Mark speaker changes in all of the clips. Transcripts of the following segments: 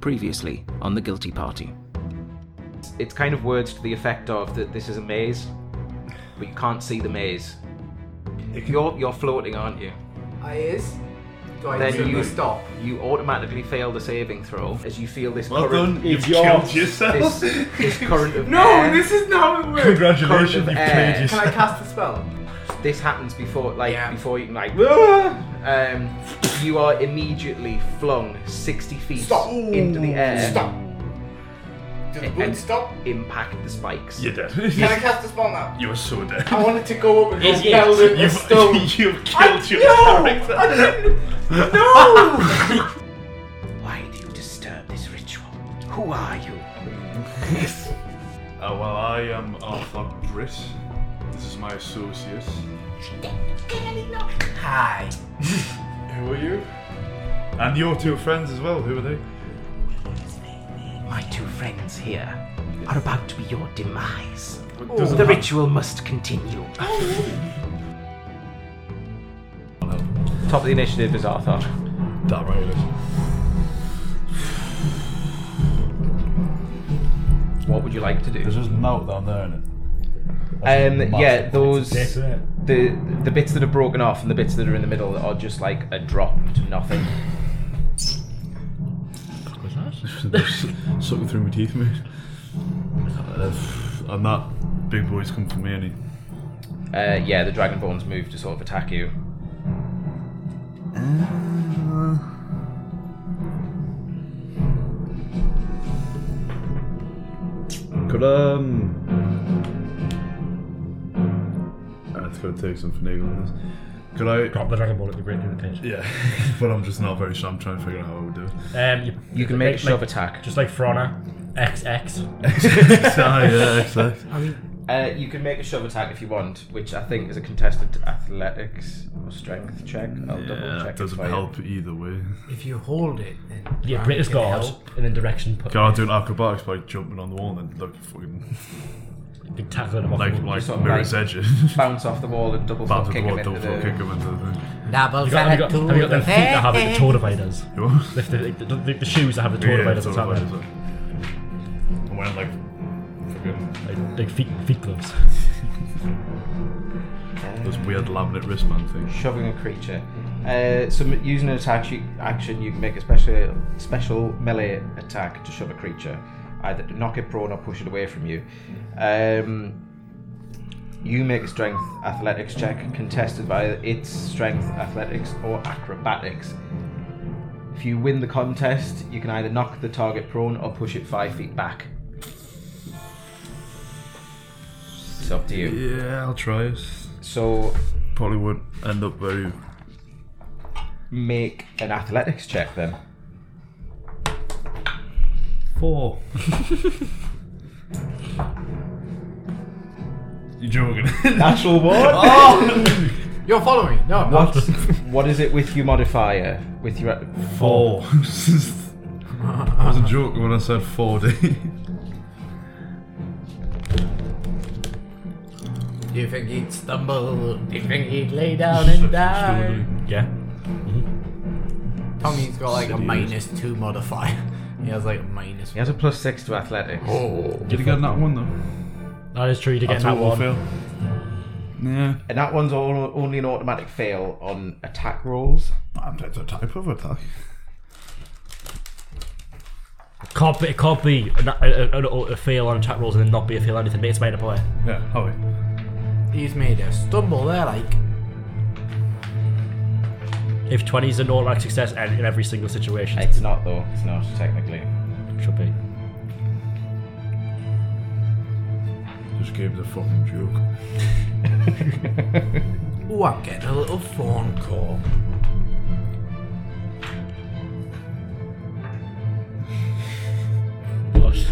Speaker 1: previously on The Guilty Party.
Speaker 2: It's kind of words to the effect of that this is a maze, but you can't see the maze. You're, you're floating, aren't you?
Speaker 3: I is. Do I
Speaker 2: Then
Speaker 3: then
Speaker 2: you-
Speaker 3: you stop?
Speaker 2: You automatically fail the saving throw as you feel this
Speaker 4: Well
Speaker 2: current,
Speaker 4: done, you've
Speaker 5: It's yours.
Speaker 4: killed yourself.
Speaker 2: this, this current of
Speaker 3: No,
Speaker 2: air.
Speaker 3: this is not how it works.
Speaker 4: Congratulations,
Speaker 2: Current of
Speaker 4: you've
Speaker 2: air.
Speaker 3: Can
Speaker 4: killed
Speaker 3: I
Speaker 4: yourself.
Speaker 3: cast a spell?
Speaker 2: this happens before like
Speaker 3: Yeah.
Speaker 2: before you can like "Ah!" um, you are immediately flung 60 feet
Speaker 3: Stop.
Speaker 2: into the air
Speaker 3: Stop. Do the
Speaker 2: And-
Speaker 3: boots stop?
Speaker 2: impact the spikes
Speaker 4: You're dead.
Speaker 3: Can I cast a spell now?
Speaker 4: You're so dead.
Speaker 6: Oh,
Speaker 3: I wanted to go up and go
Speaker 5: Idiot.
Speaker 3: down with a
Speaker 4: You've,
Speaker 3: stone.
Speaker 4: you've killed
Speaker 3: I-
Speaker 4: your
Speaker 3: no,
Speaker 4: character.
Speaker 3: I didn't. No.
Speaker 2: why do you disturb this ritual who are you
Speaker 4: Uh, well, I am Arthur Britt. This is my associate.
Speaker 3: Hi.
Speaker 4: Who are you? And your two friends as well. Who are they?
Speaker 2: my two friends here are about to be your demise
Speaker 4: Doesn't
Speaker 2: the
Speaker 4: matter.
Speaker 2: ritual must continue
Speaker 4: Help.
Speaker 2: top of the initiative is Arthur
Speaker 4: Damn right it is.
Speaker 2: what would you like to do
Speaker 4: There's just melt down there, innit?
Speaker 2: um, yeah those
Speaker 5: Yes,
Speaker 2: the the bits that are broken off and the bits that are in the middle are just like a drop to nothing
Speaker 4: Something through my teeth, mate. Uh, and that big boy's come for me, and he.
Speaker 2: Uh, yeah, the Dragonborns move to sort of attack you.
Speaker 4: Could um. It's gonna take some finagling this. Could I?
Speaker 5: Drop the Dragon Ball at the Great New Attention.
Speaker 4: Yeah, but I'm just not very sure. I'm trying to figure out how I would do it.
Speaker 5: Um, you,
Speaker 2: You can make a
Speaker 5: like-
Speaker 2: shove
Speaker 5: like-
Speaker 2: attack.
Speaker 5: Just like Frona, XX.
Speaker 4: Ah, yeah, exactly.
Speaker 2: Uh, you can make a shove attack if you want, which I think is a contested athletics or strength check. I'll double
Speaker 4: Yeah,
Speaker 2: check.
Speaker 4: that
Speaker 2: it
Speaker 4: doesn't
Speaker 2: for you.
Speaker 4: help either way.
Speaker 3: If you hold it, then
Speaker 5: Yeah,
Speaker 3: I
Speaker 5: British
Speaker 3: can
Speaker 5: guard,
Speaker 3: help.
Speaker 5: and then direction put.
Speaker 4: Can I do an acrobatics by jumping on the wall and then look fucking
Speaker 5: Big tackle him off.
Speaker 4: like
Speaker 5: the wall.
Speaker 4: like
Speaker 2: sort of
Speaker 4: mirror's
Speaker 2: like-
Speaker 4: edge?
Speaker 2: Bounce off the wall and double
Speaker 4: Bounce
Speaker 2: foot
Speaker 4: at
Speaker 2: kick
Speaker 4: the wall,
Speaker 2: him
Speaker 4: double
Speaker 2: into
Speaker 4: foot
Speaker 2: the.
Speaker 4: kick him into the thing.
Speaker 3: Double
Speaker 5: Have you got, have you got, have you got them feet that have like, the toe dividers?
Speaker 4: You what?
Speaker 5: Lift the, the, the, the shoes that have the toe dividers on top of them.
Speaker 4: I'm wearing like fucking
Speaker 5: Like, like feet, feet gloves.
Speaker 4: this weird laminate wristband thing.
Speaker 2: Shoving a creature. Uh, so m- using an attack you, action, you can make a special special melee attack to shove a creature, either to knock it prone or push it away from you. Um, you make a strength athletics check contested by its strength athletics or acrobatics. If you win the contest, you can either knock the target prone or push it five feet back. It's up to you.
Speaker 4: Yeah, I'll try it.
Speaker 2: So
Speaker 4: Probably won't end up very.
Speaker 2: make an athletics check then.
Speaker 4: Four. You're joking.
Speaker 2: Natural one.
Speaker 3: You're following me? No, I'm
Speaker 2: What?
Speaker 3: not.
Speaker 2: what is it with your modifier? With your
Speaker 4: Four. I wasn't joking when I said 4D.
Speaker 3: Do you think he'd stumble? Do you think he'd lay down and die?
Speaker 5: Yeah.
Speaker 3: Tommy's got like a
Speaker 4: Idiot.
Speaker 3: minus two modifier. He has like a minus.
Speaker 2: He has a plus six to athletics.
Speaker 3: Oh.
Speaker 4: Did he get that one though?
Speaker 5: That is true, you did get that one.
Speaker 4: Yeah.
Speaker 2: And that one's all, only an automatic fail on attack rolls.
Speaker 4: That's a type of attack.
Speaker 5: Can't be, it can't be a, a, a, a fail on attack rolls and then not be a fail on anything. It's made a play.
Speaker 4: Yeah, how
Speaker 3: He's made a stumble there, like.
Speaker 5: If 20 is an automatic success and in every single situation,
Speaker 2: It's not though. It's not technically.
Speaker 5: it should be.
Speaker 4: This game's a fucking joke.
Speaker 3: Oh, I'm getting a little phone call.
Speaker 5: Plus,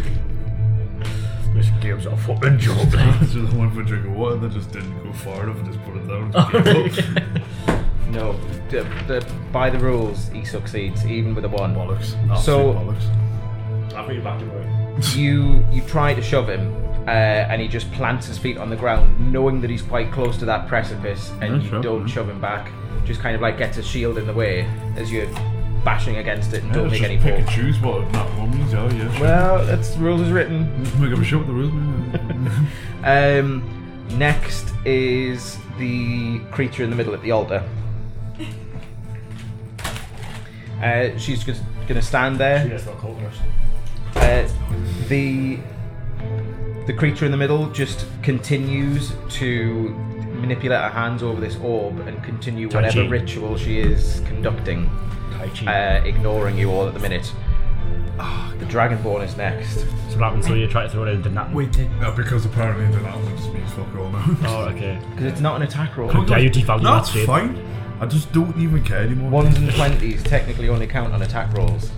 Speaker 5: this game's a fucking joke.
Speaker 4: That's just the one for drink of water that just didn't go far enough and just put it down. and gave up.
Speaker 2: No. The, the, by the rules, he succeeds even with a one.
Speaker 4: bollocks.
Speaker 2: So-
Speaker 4: Absolute bollocks.
Speaker 5: I'll bring you back to work.
Speaker 2: You you try to shove him, uh, and he just plants his feet on the ground, knowing that he's quite close to that precipice, and
Speaker 4: Nice
Speaker 2: you
Speaker 4: shove,
Speaker 2: don't
Speaker 4: man.
Speaker 2: shove him back. Just kind of like gets a shield in the way as you bashing against it and don't
Speaker 4: let's
Speaker 2: make
Speaker 4: just
Speaker 2: any
Speaker 4: pick
Speaker 2: form.
Speaker 4: and choose what that one means. Oh yeah. Sure.
Speaker 2: Well, that's the rules is written.
Speaker 4: Let's make up a show with the rules. man.
Speaker 2: Um, next is the creature in the middle at the altar. Uh, she's just going to stand there.
Speaker 5: That's not cold rush.
Speaker 2: Uh, the the creature in the middle just continues to manipulate her hands over this orb and continue
Speaker 5: Tai
Speaker 2: whatever
Speaker 5: Chi.
Speaker 2: ritual she is conducting,
Speaker 5: Tai Chi.
Speaker 2: uh, ignoring you all at the minute. Ah, the dragonborn is next.
Speaker 5: so what happens when you try to throw it in the nap?
Speaker 3: We did.
Speaker 4: no, because apparently the that just means fuck all now.
Speaker 5: Oh, okay.
Speaker 2: Because it's not an attack roll.
Speaker 5: Yeah, you devalue
Speaker 4: That's
Speaker 5: that shape.
Speaker 4: fine. I just don't even care anymore.
Speaker 2: Ones and twenties technically only count on attack rolls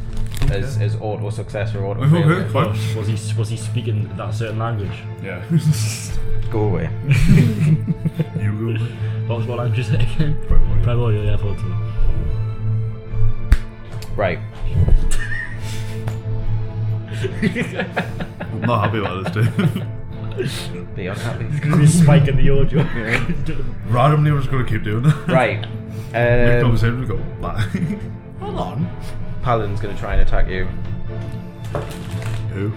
Speaker 2: as, as auto success or auto
Speaker 4: Okay,
Speaker 2: failure.
Speaker 4: fine.
Speaker 5: Was he was he speaking that certain language?
Speaker 4: Yeah.
Speaker 2: Go away.
Speaker 4: you go.
Speaker 5: What was what language is it again?
Speaker 4: Primordial.
Speaker 5: Primordial, yeah, I thought so.
Speaker 2: Right.
Speaker 4: I'm not happy about this, dude.
Speaker 2: Be unhappy.
Speaker 5: This spike in the audio. Um,
Speaker 4: Randomly, we're just gonna keep doing that.
Speaker 2: Right.
Speaker 4: Next
Speaker 2: Um,
Speaker 4: conversation, we go. "Bah."
Speaker 3: Hold on.
Speaker 2: Paladin's going to try and attack you.
Speaker 4: Who?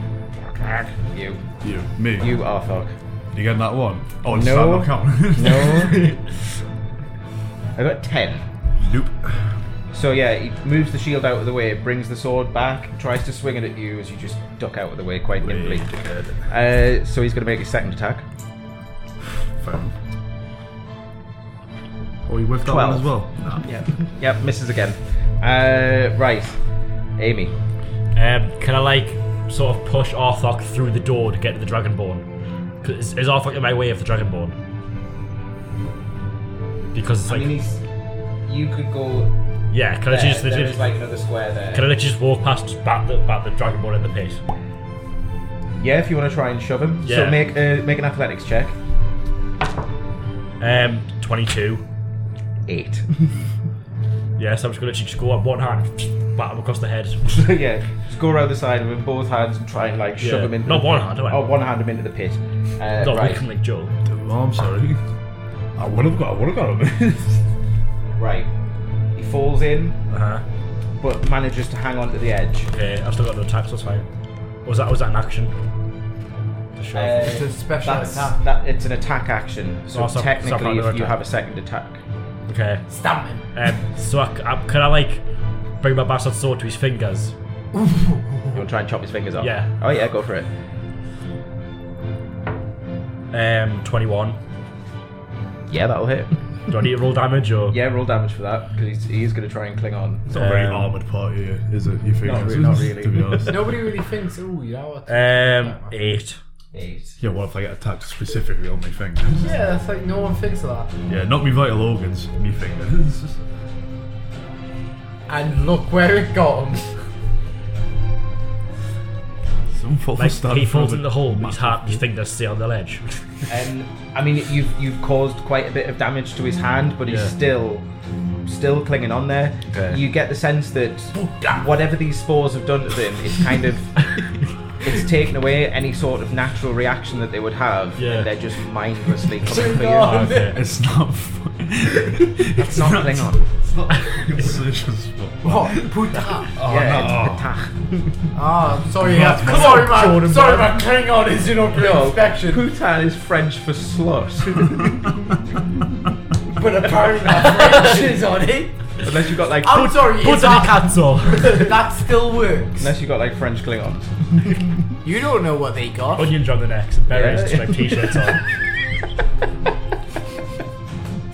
Speaker 2: You.
Speaker 4: You. Me.
Speaker 2: You, Arthok.
Speaker 4: You getting that one? Oh, it's
Speaker 2: No.
Speaker 4: stand-up count.
Speaker 2: No. I got 10.
Speaker 4: nope.
Speaker 2: So yeah, he moves the shield out of the way, brings the sword back, tries to swing it at you as you just duck out of the way quite nimbly. Uh, so he's going to make his second attack.
Speaker 4: Fine. Oh, you whiffed that
Speaker 2: Twelve.
Speaker 4: one as well. Nah.
Speaker 2: Yep. Yep, misses again. Uh, right. Amy.
Speaker 5: Um, can I like sort of push Arthok through the door to get to the Dragonborn? 'Cause Is, is Arthok in my way of the Dragonborn? Because it's like,
Speaker 2: he's, you could go.
Speaker 5: yeah. Can I just, just-
Speaker 2: like another square there.
Speaker 5: can I like, just walk past, just bat the bat the Dragonborn in the face?
Speaker 2: Yeah, if you want to try and shove him. So
Speaker 5: Yeah.
Speaker 2: make uh, make an athletics check.
Speaker 5: Um, twenty-two.
Speaker 2: Eight.
Speaker 5: Yeah, so I'm just gonna actually just go on one hand, bat him across the head.
Speaker 2: yeah, just go around the side with both hands and try and like shove
Speaker 5: Yeah.
Speaker 2: him in.
Speaker 5: Not one hand, do I?
Speaker 2: Oh, one hand him into the pit. Uh,
Speaker 5: Not
Speaker 2: right,
Speaker 5: looking like Joe.
Speaker 4: Oh, I'm sorry. I would have got. I would have got him.
Speaker 2: right. He falls in,
Speaker 5: Uh huh.
Speaker 2: but manages to hang on to the edge.
Speaker 5: Okay, I've still got no attacks. That's fine. Was that was that an action? To show.
Speaker 2: Uh,
Speaker 3: It's a special
Speaker 2: That's,
Speaker 3: attack.
Speaker 2: that, it's an attack action, so
Speaker 5: Oh, so- so
Speaker 2: technically
Speaker 5: another
Speaker 2: if you
Speaker 5: attack.
Speaker 2: have a second attack.
Speaker 5: okay.
Speaker 3: Stamp him.
Speaker 5: Um, so I, c- I- can I like bring my bastard sword to his fingers?
Speaker 2: You want to try and chop his fingers off?
Speaker 5: Yeah.
Speaker 2: Oh yeah, go for it.
Speaker 5: Um, 21.
Speaker 2: Yeah, that'll hit.
Speaker 5: Do I need to roll damage or?
Speaker 2: yeah, roll damage for that because he's, he's going to try and cling on.
Speaker 4: It's not a very
Speaker 5: Um,
Speaker 4: armoured party, is it? You think?
Speaker 2: Not really- not really.
Speaker 4: to be honest.
Speaker 3: Nobody really thinks, oh, you know what?
Speaker 5: Um, eight.
Speaker 2: Eight.
Speaker 4: Yeah, what if I get attacked specifically on my fingers?
Speaker 3: yeah, that's like no one thinks of that.
Speaker 4: Yeah, not me vital organs, me fingers.
Speaker 3: And look where it got him.
Speaker 4: Some fucking
Speaker 5: Like
Speaker 4: stand
Speaker 5: he
Speaker 4: for
Speaker 5: falls
Speaker 4: it.
Speaker 5: in the hole, but his heart, his fingers stay on the ledge.
Speaker 2: Um, I mean, you've you've caused quite a bit of damage to his hand, but he's
Speaker 4: Yeah.
Speaker 2: still still clinging on there.
Speaker 4: Okay. Oh,
Speaker 2: You get the sense that whatever these spores have done to them, it's kind of it's taken away any sort of natural reaction that they would have,
Speaker 5: Yeah.
Speaker 2: and they're just mindlessly coming
Speaker 3: on.
Speaker 2: for you.
Speaker 5: Oh, okay.
Speaker 4: It's not. fu- it's
Speaker 2: not Klingon.
Speaker 4: It's not. It's not.
Speaker 3: What? Put that.
Speaker 4: Oh,
Speaker 2: Yeah,
Speaker 4: no.
Speaker 2: it's Patach.
Speaker 3: Ah, sorry, yeah.
Speaker 4: Come on,
Speaker 3: Sorry, man.
Speaker 5: Jordan,
Speaker 3: sorry,
Speaker 5: man.
Speaker 3: man. Hang on, it's an ugly
Speaker 4: Oh,
Speaker 3: inspection.
Speaker 2: Putan is French for slut.
Speaker 3: But apparently, my French is on it.
Speaker 2: unless you've got like
Speaker 4: Oh.
Speaker 3: I'm sorry,
Speaker 5: Put
Speaker 3: is
Speaker 5: the
Speaker 3: that,
Speaker 5: cats off.
Speaker 3: that still works.
Speaker 2: unless you've got like French Klingons.
Speaker 3: You don't know what they got.
Speaker 5: Onions on the necks and berries, just like t-shirts on.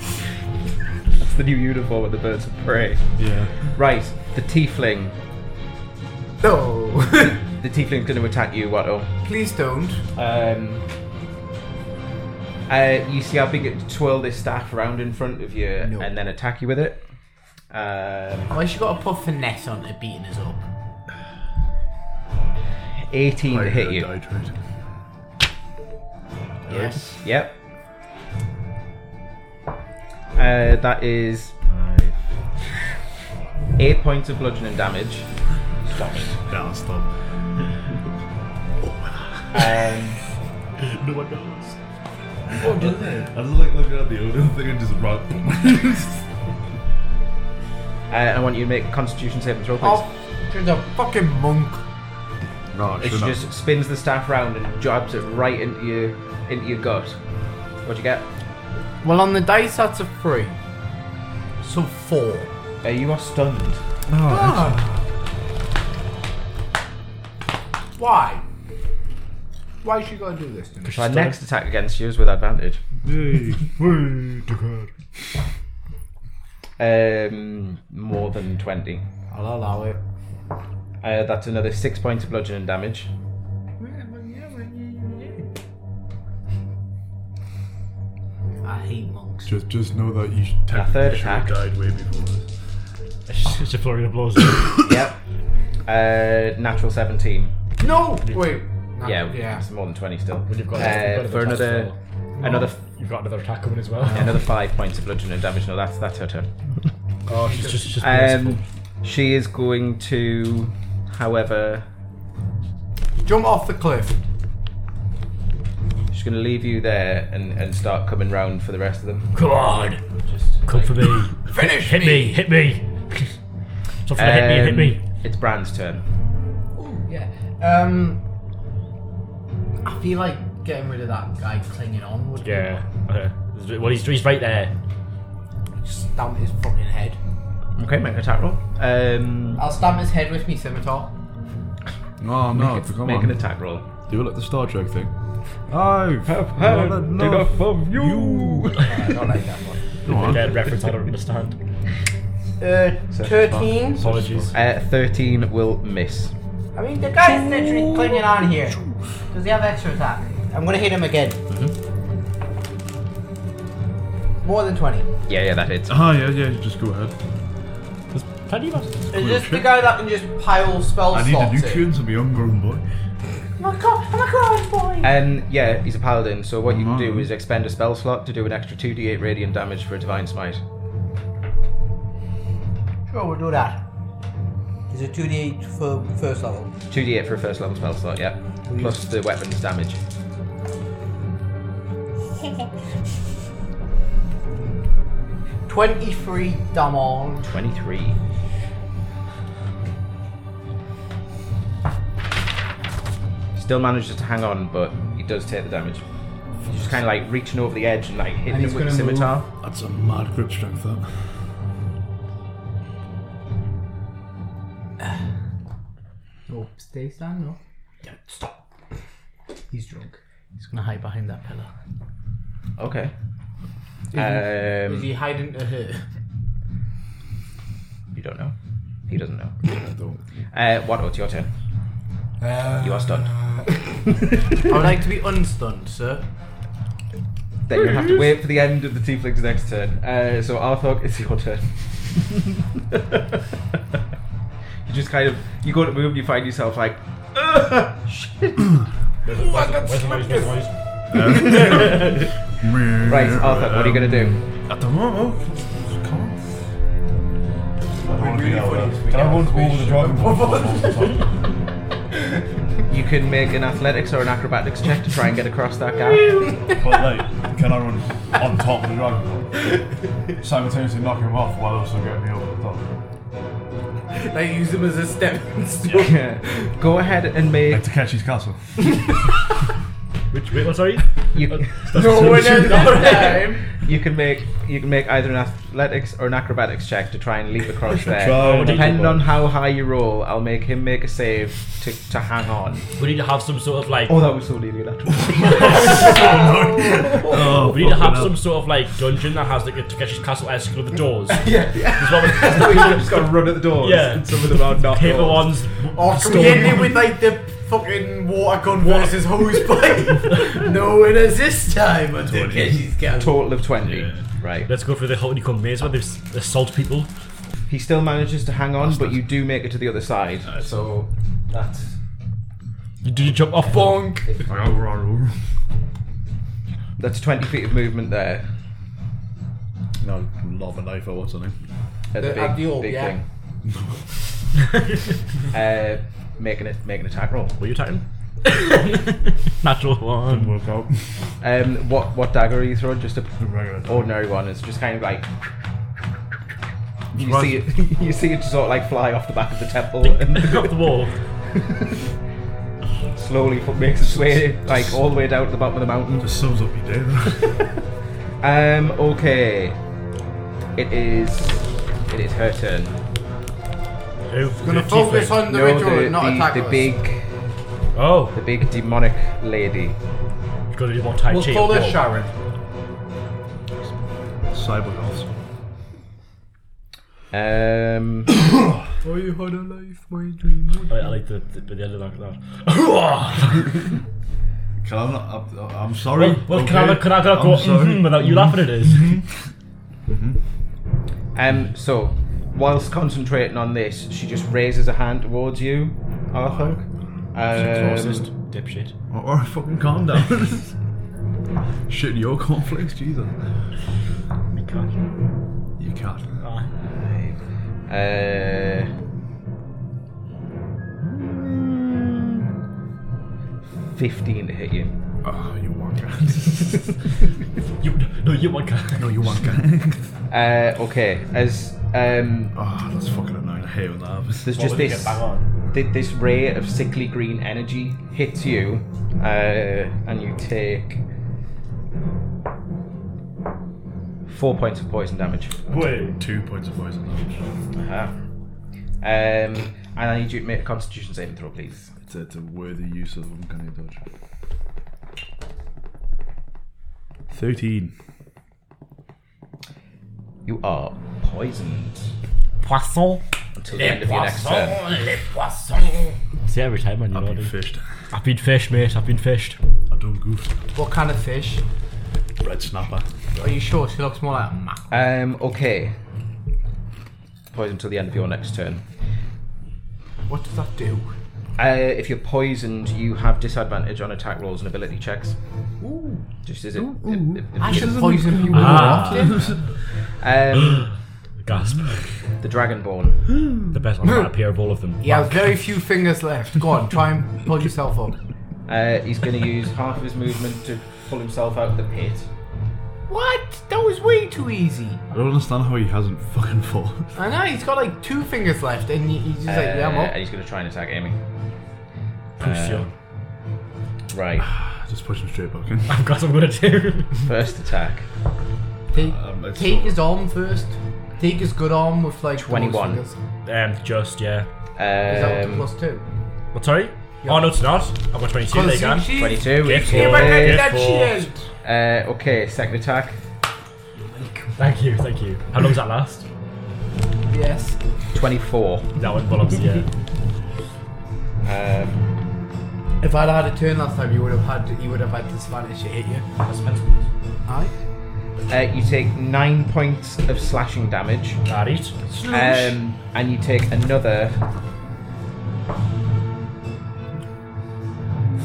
Speaker 2: It's the new uniform of the Birds of Prey.
Speaker 4: Yeah.
Speaker 2: Right, the Tiefling.
Speaker 3: No.
Speaker 2: The Tiefling's going to attack you, Watto.
Speaker 3: Please don't.
Speaker 2: Um, uh, you see how big it twirl this staff around in front of you
Speaker 3: No.
Speaker 2: and then attack you with it. Um,
Speaker 3: Why she got to put finesse on it beating us up?
Speaker 2: 18 to hit
Speaker 4: I-
Speaker 2: you.
Speaker 4: I tried.
Speaker 3: Yes.
Speaker 2: Yep. Uh, that is 8 points of bludgeoning damage. Stop it.
Speaker 4: Nah, stop.
Speaker 2: Um,
Speaker 4: No one knows. What do they? I just like looking at the Odin thing and just run.
Speaker 2: Uh, I want you to make a Constitution saving throw, please.
Speaker 6: Oh, she's a fucking monk.
Speaker 4: No, it
Speaker 2: It
Speaker 4: should not.
Speaker 2: just spins the staff round and jabs it right into your into your gut. What'd you get?
Speaker 6: Well, on the dice, that's a three. So four.
Speaker 2: Uh, you are stunned.
Speaker 4: ah.
Speaker 2: Ah.
Speaker 6: Why? Why she gotta do this to me?
Speaker 2: My next attack against you is with advantage.
Speaker 4: Yay. Way to God.
Speaker 2: Um, more than twenty.
Speaker 6: I'll allow it.
Speaker 2: Uh, that's another six points of bludgeoning damage.
Speaker 6: I hate monks.
Speaker 4: Just, just know that you
Speaker 2: A third
Speaker 4: technically should have
Speaker 2: attack.
Speaker 4: died way before this.
Speaker 5: It's a flurry of blows.
Speaker 2: yep. Uh, natural seventeen.
Speaker 6: No! Wait. Nah,
Speaker 2: yeah,
Speaker 6: Yeah.
Speaker 2: it's more than twenty still.
Speaker 5: you've got- you've
Speaker 2: uh,
Speaker 5: got
Speaker 2: for
Speaker 5: another
Speaker 2: another
Speaker 5: attack
Speaker 2: another
Speaker 5: You've got another attack coming as well.
Speaker 2: another five points of bludgeoning damage. No, that's that's her turn.
Speaker 5: Oh, she's just, she's just
Speaker 2: Um, she is going to, however,
Speaker 6: Jump off the cliff.
Speaker 2: she's going to leave you there and, and start coming round for the rest of them.
Speaker 5: Come on, come for me.
Speaker 6: Finish
Speaker 5: Hit me, hit me. Stop trying to hit me and hit
Speaker 2: Um,
Speaker 5: me.
Speaker 2: It's Brand's turn.
Speaker 6: Ooh, yeah. Um, I feel like getting rid of that guy clinging on would
Speaker 5: Yeah. Okay. Well, he's, he's right there.
Speaker 6: just stamp his fucking head.
Speaker 2: Okay, make an attack roll. Um,
Speaker 6: I'll stamp his head with me scimitar.
Speaker 4: No,
Speaker 5: Oh,
Speaker 4: no, come
Speaker 2: make
Speaker 4: on.
Speaker 2: an attack roll.
Speaker 4: Do it like the Star Trek thing. Oh, I've had enough.
Speaker 2: enough of you.
Speaker 6: I don't like that one.
Speaker 4: Come on.
Speaker 5: Dead reference. I don't understand.
Speaker 6: Uh, 13.
Speaker 5: Apologies.
Speaker 2: Uh, Thirteen will miss.
Speaker 6: I mean, the guy's literally clinging on here. Does he have extra attack? I'm gonna hit him again. Mm-hmm. More than 20.
Speaker 2: Yeah, yeah, that hits.
Speaker 4: Ah, yeah, yeah, just go ahead.
Speaker 5: There's plenty of us.
Speaker 6: Is this the
Speaker 4: shit.
Speaker 6: guy that can just pile spell
Speaker 4: I need a
Speaker 6: slots
Speaker 4: new
Speaker 6: in?
Speaker 4: tune to be ungrown boy.
Speaker 6: I'm a, gro- I'm a grown boy!
Speaker 2: Um, yeah, he's a paladin, so what you can do
Speaker 6: Mm-hmm.
Speaker 4: Mhm.
Speaker 2: is expend a spell slot to do an extra 2d8 radiant damage for a divine smite.
Speaker 6: Sure, we'll do that. It's a 2d8 for first level.
Speaker 2: 2d8 for a first level spell slot, yeah. Plus the weapon's damage.
Speaker 6: Twenty-three damage.
Speaker 2: 23. Still manages to hang on, but he does take the damage. He's just kind of like reaching over the edge and like hitting
Speaker 6: And
Speaker 2: him
Speaker 6: he's
Speaker 2: with the
Speaker 6: gonna move.
Speaker 2: scimitar.
Speaker 4: That's a mad grip strength, that.
Speaker 6: Oh, stay standing up. Don't stop. He's drunk. He's gonna hide behind that pillar.
Speaker 2: Okay.
Speaker 6: Is
Speaker 2: Um,
Speaker 6: he hiding to her?
Speaker 2: you don't know. He doesn't know.
Speaker 4: I don't.
Speaker 2: Uh, what? It's your turn. You are stunned.
Speaker 6: I would like to be unstunned, sir.
Speaker 2: Then you have to wait for the end of the Tiefling's next turn. Uh, so Arthur, it's your turn. you just kind of you go to move and you find yourself like
Speaker 5: Where's the- where's the- where's the noise? Where's the noise?
Speaker 2: right, Arthur, what are you gonna do?
Speaker 4: I don't know. Come on.
Speaker 6: Can I
Speaker 4: hold over the dragon
Speaker 2: You can make an athletics or an acrobatics check to try and get across that gap.
Speaker 7: But like, can I run on top of the dragon? Simultaneously knock him off while also getting me over the top.
Speaker 6: Like use him as a stepping stone.
Speaker 2: Yeah. go ahead and make
Speaker 7: Like Takeshi's castle.
Speaker 5: Which, wait, what, sorry?
Speaker 2: you,
Speaker 6: No one at time.
Speaker 2: you can make you can make either an athletics or an acrobatics check to try and leap across there.
Speaker 7: Try and
Speaker 2: Depending
Speaker 7: leap
Speaker 2: on
Speaker 7: across.
Speaker 2: how high you roll, I'll make him make a save to, to hang on.
Speaker 5: We need to have some sort of like.
Speaker 2: Oh, that was so nearly natural.
Speaker 4: Oh,
Speaker 5: we need to
Speaker 4: fucking
Speaker 5: have
Speaker 4: hell.
Speaker 5: some sort of like dungeon that has like a Takeshi's castle esque with the doors.
Speaker 2: yeah, yeah.
Speaker 5: There's one with
Speaker 2: we have just got to run at the doors.
Speaker 5: Yeah.
Speaker 2: And some of them are not
Speaker 5: paper
Speaker 6: Oh.
Speaker 2: doors.
Speaker 5: ones.
Speaker 6: Or
Speaker 5: stone
Speaker 6: completely
Speaker 5: one.
Speaker 6: with like the fucking water gun versus hose pipe. no winners this time. But the Keshi's got
Speaker 2: Total of 20. Right.
Speaker 5: Let's go through the honeycomb maze where they s- assault people.
Speaker 2: He still manages to hang on, but you do make it to the other side. So that's.
Speaker 5: You do Oh, you jump off?
Speaker 6: bonk.
Speaker 4: I got run over.
Speaker 2: That's 20 feet of movement there.
Speaker 4: No, lava knife or what's her name?
Speaker 2: At the,
Speaker 6: The-
Speaker 2: big,
Speaker 6: at the orb,
Speaker 2: big
Speaker 6: yeah.
Speaker 2: thing. uh, make, an, make an attack roll.
Speaker 5: Were you attacking? Natural one.
Speaker 7: Work out.
Speaker 2: Um, what, what dagger are you throwing? Just a
Speaker 7: Regular.
Speaker 2: ordinary one. It's just kind of like. You
Speaker 4: Right.
Speaker 2: see it. You see it just sort of like fly off the back of the temple
Speaker 5: Up
Speaker 2: and
Speaker 5: the wall.
Speaker 2: slowly fo- makes its way like all the way down to the bottom of the mountain.
Speaker 4: Just sums up your day, though.
Speaker 2: Um. Okay. It is. It is her turn.
Speaker 5: Who?
Speaker 6: Gonna
Speaker 5: the
Speaker 6: focus
Speaker 5: tiefling.
Speaker 6: on the
Speaker 2: No,
Speaker 6: ritual and not
Speaker 2: the,
Speaker 6: attack
Speaker 2: the,
Speaker 6: us.
Speaker 2: the big, the
Speaker 5: Oh,
Speaker 2: big demonic lady.
Speaker 5: you've got to do one Tai Chi.
Speaker 6: We'll call
Speaker 5: at
Speaker 6: her Sharon.
Speaker 5: wall.
Speaker 4: Cybergoths.
Speaker 2: Um.
Speaker 6: Oh, you had a life, my dream.
Speaker 5: I, I like the, the, the end of that. that.
Speaker 4: Can I not? I'm, I'm sorry.
Speaker 5: well, well can I,
Speaker 4: okay?
Speaker 5: can I go
Speaker 4: I'm
Speaker 5: mm without you laughing at us?
Speaker 2: Um, so, whilst concentrating on this, she just raises a hand towards you, Arthur. Um,
Speaker 5: Closest dipshit.
Speaker 4: Or, or fucking calm down. Shitting your cornflakes, Jesus.
Speaker 5: Me can't.
Speaker 4: You can't.
Speaker 5: Ah.
Speaker 2: Um, uh, Fifteen to hit you.
Speaker 4: Oh, you wanker.
Speaker 5: You, no, you one guy.
Speaker 4: no, you wanker.
Speaker 2: Uh, okay, as um,
Speaker 4: oh, that's fucking annoying. I hate when that happens.
Speaker 2: there's just this thi- this ray of sickly green energy hits you, uh, and you take four points of poison damage.
Speaker 5: Wait.
Speaker 4: Two points of poison damage.
Speaker 2: Ah. Um, and I need you to make a Constitution saving throw, please.
Speaker 4: It's, it's a worthy use of uncanny dodge. 13.
Speaker 2: You are poisoned
Speaker 5: Poisson.
Speaker 2: until the end of your next turn.
Speaker 5: See every time when you
Speaker 4: I've
Speaker 5: know
Speaker 4: been
Speaker 5: it.
Speaker 4: fished.
Speaker 5: I've been fished, mate. I've been fished.
Speaker 4: I don't goof.
Speaker 6: What kind of fish?
Speaker 4: Red snapper.
Speaker 6: Are you sure she looks more like a map?
Speaker 2: Um, okay. Poisoned until the end of your next turn.
Speaker 6: What does that do?
Speaker 2: Uh, if you're poisoned, you have disadvantage on attack rolls and ability checks. Just as it. it- it-
Speaker 6: I should poison you more
Speaker 5: Ah.
Speaker 6: often.
Speaker 2: um,
Speaker 5: Gasp.
Speaker 2: the Dragonborn.
Speaker 5: the best on that pair of all of them.
Speaker 6: He has very few fingers left. Go on, try and pull yourself up.
Speaker 2: Uh, he's going to use half of his movement to pull himself out of the pit.
Speaker 6: What? That was way too easy.
Speaker 4: I don't understand how he hasn't fucking fallen.
Speaker 6: I know, he's got like two fingers left, and he- he's just
Speaker 2: Uh,
Speaker 6: like, yeah, I'm
Speaker 2: and
Speaker 6: up.
Speaker 2: he's going to try and attack Amy.
Speaker 5: Push you.
Speaker 2: Right.
Speaker 4: Just push him straight back in.
Speaker 5: I've got something I'm gonna do.
Speaker 2: First attack.
Speaker 6: Take,
Speaker 4: Um, it's
Speaker 6: take
Speaker 4: sort
Speaker 6: his arm first. Take his good arm with like those
Speaker 2: 21.
Speaker 6: fingers. Is
Speaker 5: um, just yeah.
Speaker 6: that
Speaker 2: Um,
Speaker 6: what the plus two?
Speaker 5: What? Sorry. Oh no, it's not. I've got 22 there,
Speaker 6: Because
Speaker 5: again.
Speaker 6: she- she's-
Speaker 2: 22.
Speaker 5: Get
Speaker 2: is
Speaker 5: four.
Speaker 2: hit.
Speaker 5: Get
Speaker 6: that she
Speaker 5: four.
Speaker 6: is.
Speaker 2: Uh, okay, second attack.
Speaker 5: Thank you, thank you. How long does that last?
Speaker 6: Yes.
Speaker 2: 24.
Speaker 5: That one belongs to you.
Speaker 2: Um,
Speaker 6: If I'd had a turn last time, you would have had you would have had disadvantage to hit you. Aye.
Speaker 2: uh, you take 9 points of slashing damage,
Speaker 5: That each.
Speaker 2: um, and you take another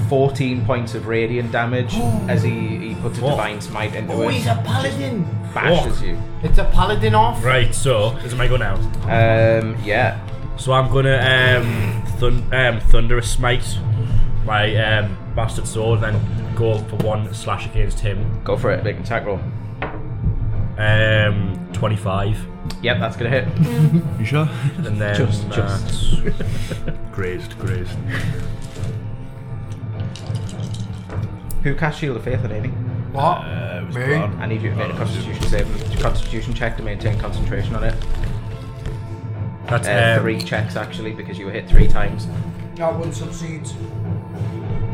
Speaker 2: 14 points of radiant damage as he, he puts a
Speaker 5: What?
Speaker 2: divine smite into
Speaker 6: Oh,
Speaker 2: it,
Speaker 6: he's a paladin.
Speaker 2: bashes you.
Speaker 6: It's a paladin off.
Speaker 5: Right, so is it my go now?
Speaker 2: Um, yeah.
Speaker 5: So I'm gonna um, thun- um thunderous smite my um bastard sword, then go for one slash against him.
Speaker 2: Go for it, make an attack roll.
Speaker 5: Um, 25,
Speaker 2: Yep, that's gonna hit.
Speaker 4: You sure?
Speaker 5: and then uh,
Speaker 2: Just- just.
Speaker 5: that's-
Speaker 4: Grazed, grazed.
Speaker 2: Who cast Shield of Faith on Amy?
Speaker 6: What?
Speaker 4: Uh, it was
Speaker 6: Me?
Speaker 4: bad.
Speaker 2: I need you to
Speaker 5: Oh,
Speaker 2: make a Constitution save, Constitution check to maintain concentration on it.
Speaker 5: that's
Speaker 2: Uh,
Speaker 5: um,
Speaker 2: three checks actually because you were hit three times.
Speaker 6: That one succeeds.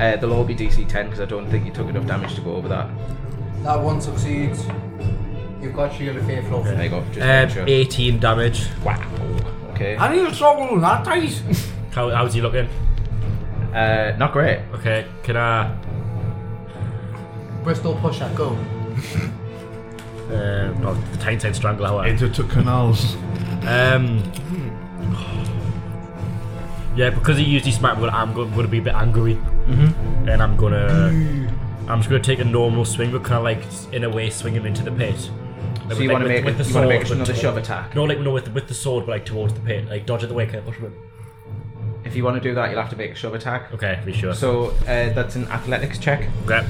Speaker 2: Uh, they'll all be DC 10 because I don't think you took enough damage to go over that.
Speaker 6: That one succeeds. You've got Shield of Faith
Speaker 2: There
Speaker 6: over.
Speaker 2: you go. Just
Speaker 5: um,
Speaker 2: make sure.
Speaker 5: 18 damage.
Speaker 2: Wow. Okay.
Speaker 6: I need a strong roll on that dice.
Speaker 5: How, how's he looking?
Speaker 2: Uh, not great.
Speaker 5: Okay, can I?
Speaker 6: Bristol pusher, go.
Speaker 5: Um, oh, the tiny tiny strangler. How I-
Speaker 4: Into two canals.
Speaker 5: Um. Yeah, because he used his smack, well, I'm going to be a bit angry, mm-hmm. and I'm gonna, I'm just gonna take a normal swing, but kind of like s- in a way swing him into the pit.
Speaker 2: So you want to make it- you want to make another shove attack.
Speaker 5: No, like no, with the, with the sword, but like towards the pit, like dodge it the way, kind of push him. in.
Speaker 2: If you want to do that, you'll have to make a shove attack.
Speaker 5: Okay, be sure.
Speaker 2: So uh, that's an athletics check.
Speaker 5: okay,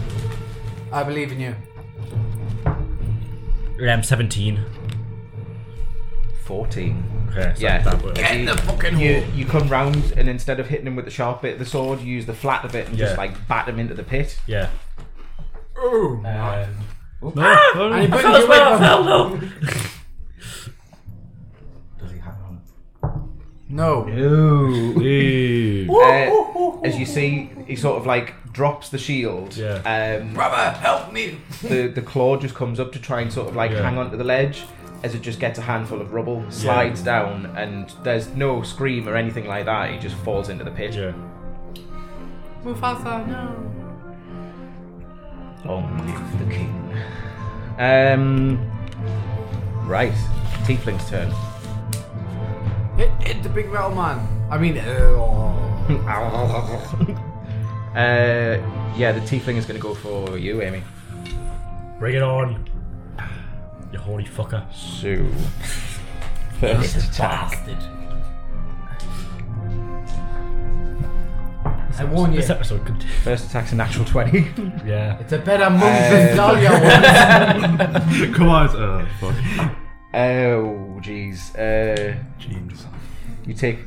Speaker 6: I believe in you.
Speaker 5: um, 17.
Speaker 2: 14.
Speaker 5: Okay, so
Speaker 2: Yeah.
Speaker 5: that works.
Speaker 6: Get in the fucking
Speaker 2: You,
Speaker 6: hole.
Speaker 2: you come round and instead of hitting him with the sharp bit of the sword, you use the flat of it and just
Speaker 5: Yeah.
Speaker 2: like bat him into the pit.
Speaker 5: Yeah.
Speaker 6: Oh,
Speaker 5: no,
Speaker 6: and he put
Speaker 5: fell
Speaker 6: you
Speaker 5: as
Speaker 6: away
Speaker 5: well, Ah! I fell, no.
Speaker 2: Does he have on?
Speaker 6: no.
Speaker 2: Uh, as you see, he sort of like drops the shield.
Speaker 5: Yeah.
Speaker 2: Um,
Speaker 6: Brother, help me.
Speaker 2: the, the claw just comes up to try and sort of like
Speaker 5: Yeah.
Speaker 2: hang onto the ledge as it just gets a handful of rubble, slides down, and there's no scream or anything like that. He just falls into the pit.
Speaker 5: Yeah.
Speaker 6: Mufasa, no.
Speaker 2: Long live the king. Um, right, Tiefling's turn.
Speaker 6: Hit, hit the big metal man. I mean, oh.
Speaker 2: Uh, yeah, the Tiefling is going to go for you, Amy.
Speaker 5: Bring it on. You holy fucker.
Speaker 2: So, first attack.
Speaker 5: Bastard.
Speaker 6: I warn you.
Speaker 5: This episode could.
Speaker 2: First attack's a natural 20.
Speaker 5: Yeah.
Speaker 6: It's a better monk than Dahlia was.
Speaker 4: Come on, it's- uh, fuck.
Speaker 2: oh, jeez. Uh,
Speaker 4: Jeans.
Speaker 2: You take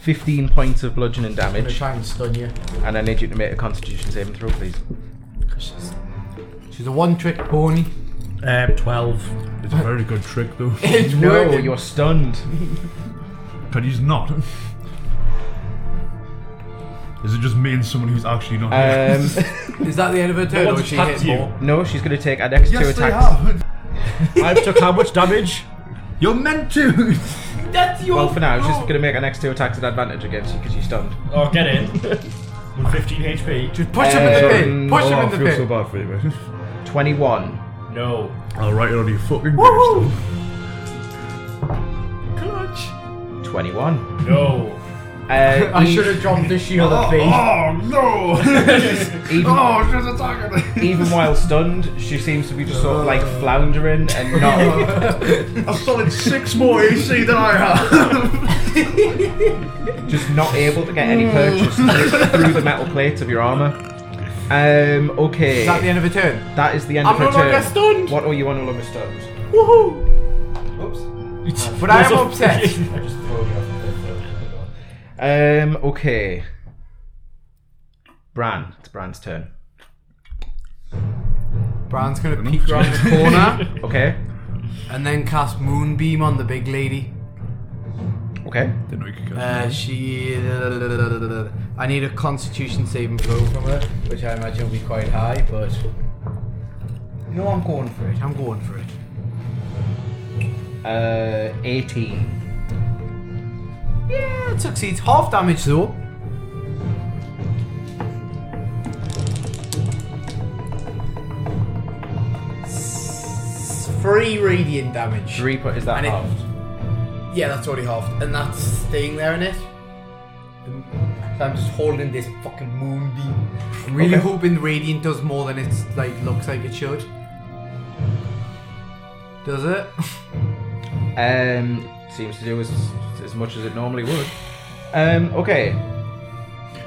Speaker 2: 15 points of bludgeoning
Speaker 6: I'm gonna
Speaker 2: damage,
Speaker 6: try and stun you.
Speaker 2: and I need you to make a constitution saving throw, please.
Speaker 6: She's a one trick pony.
Speaker 5: Um, 12.
Speaker 4: It's a very good trick, though.
Speaker 6: It's
Speaker 2: No,
Speaker 6: working.
Speaker 2: you're stunned.
Speaker 4: But he's not. Is it just me and someone who's actually not? here?
Speaker 2: Um,
Speaker 6: Is that the end of her turn?
Speaker 5: one's
Speaker 6: or she
Speaker 5: attacked
Speaker 6: hit
Speaker 5: you.
Speaker 6: more?
Speaker 2: no, she's going to take our next two
Speaker 4: yes, they
Speaker 2: attacks.
Speaker 4: have.
Speaker 5: I've took how much damage?
Speaker 4: You're meant to.
Speaker 6: That's your.
Speaker 2: Well, for now, she's going to make our next two attacks at advantage against you because you're stunned.
Speaker 5: Oh, get in. I'm 15 HP.
Speaker 6: Just push him in the
Speaker 2: Um,
Speaker 6: pit. Push him
Speaker 4: oh,
Speaker 6: in
Speaker 4: I
Speaker 6: the
Speaker 4: feel
Speaker 6: pit.
Speaker 4: so bad for you, man.
Speaker 2: 21.
Speaker 5: No.
Speaker 4: I'll write it on your fucking
Speaker 6: Woohoo!
Speaker 4: gravestone.
Speaker 2: 21.
Speaker 5: No.
Speaker 2: Uh,
Speaker 6: I
Speaker 2: Eve-
Speaker 6: should have dropped the shield at feet.
Speaker 4: Oh no!
Speaker 2: even,
Speaker 4: oh, she's attacking me.
Speaker 2: even while stunned, she seems to be just sort of like
Speaker 6: Oh.
Speaker 2: floundering and not.
Speaker 4: A solid six more AC than I have.
Speaker 2: just not able to get any purchase through the metal plates of your armor. Um, okay.
Speaker 6: Is that the end of her turn?
Speaker 2: That is the end
Speaker 6: I'm
Speaker 2: of her
Speaker 6: no
Speaker 2: turn.
Speaker 6: longer stunned.
Speaker 2: What are you on no longer stunned?
Speaker 6: Woohoo!
Speaker 2: Oops.
Speaker 6: But I am upset.
Speaker 2: Um, okay. Bran. It's Bran's turn.
Speaker 6: Bran's gonna peek around the corner
Speaker 2: Okay.
Speaker 6: and then cast Moonbeam on the big lady.
Speaker 2: Okay.
Speaker 4: Didn't know you could get
Speaker 6: Uh, she. I need a Constitution saving throw from her, which I imagine will be quite high, but. No, I'm going for it. I'm going for it.
Speaker 2: Uh, 18.
Speaker 6: Yeah, it succeeds. Half damage though. S- Three radiant damage.
Speaker 2: Three put is that
Speaker 6: And it-
Speaker 2: half?
Speaker 6: Yeah, that's already halved, and that's staying there in it. So I'm just holding this fucking moonbeam. I'm really
Speaker 2: Okay.
Speaker 6: hoping radiant does more than it's like looks like it should. Does it?
Speaker 2: Um, seems to do as as much as it normally would. Um, okay.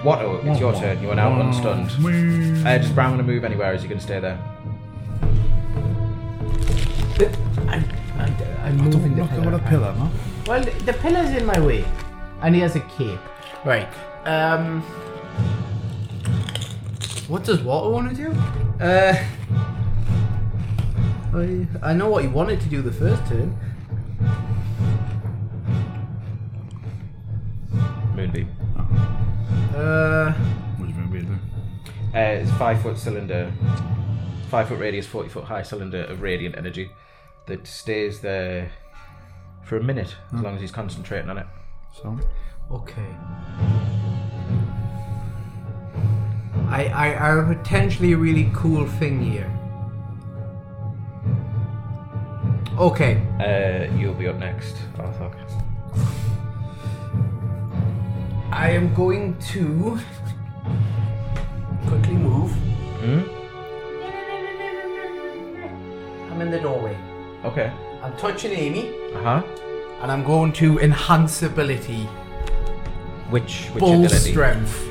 Speaker 2: Watto, it's your turn. You are now unstunned. Uh, does Bran want to move anywhere? Is he going to stay there?
Speaker 6: I'm, I'm, I'm moving the pillar.
Speaker 7: pillar, man.
Speaker 6: Well, the pillar's in my way, and he has a cape. Right. Um. What does Walter want to do? Uh. I, I know what he wanted to do the first turn.
Speaker 2: Moonbeam.
Speaker 6: Uh.
Speaker 4: What are you gonna be doing?
Speaker 2: Uh, it's five foot cylinder, five foot radius, forty foot high cylinder of radiant energy that stays there for a minute as long as he's concentrating on it.
Speaker 4: So,
Speaker 6: Okay. I, I, I have a potentially really cool thing here. Okay.
Speaker 2: Uh, you'll be up next, Oh, Arthok.
Speaker 6: I am going to quickly move.
Speaker 2: Hmm?
Speaker 6: I'm in the doorway.
Speaker 2: Okay.
Speaker 6: I'm touching Amy,
Speaker 2: Uh huh.
Speaker 6: and I'm going to enhance ability,
Speaker 2: Which which
Speaker 6: full
Speaker 2: ability?
Speaker 6: strength.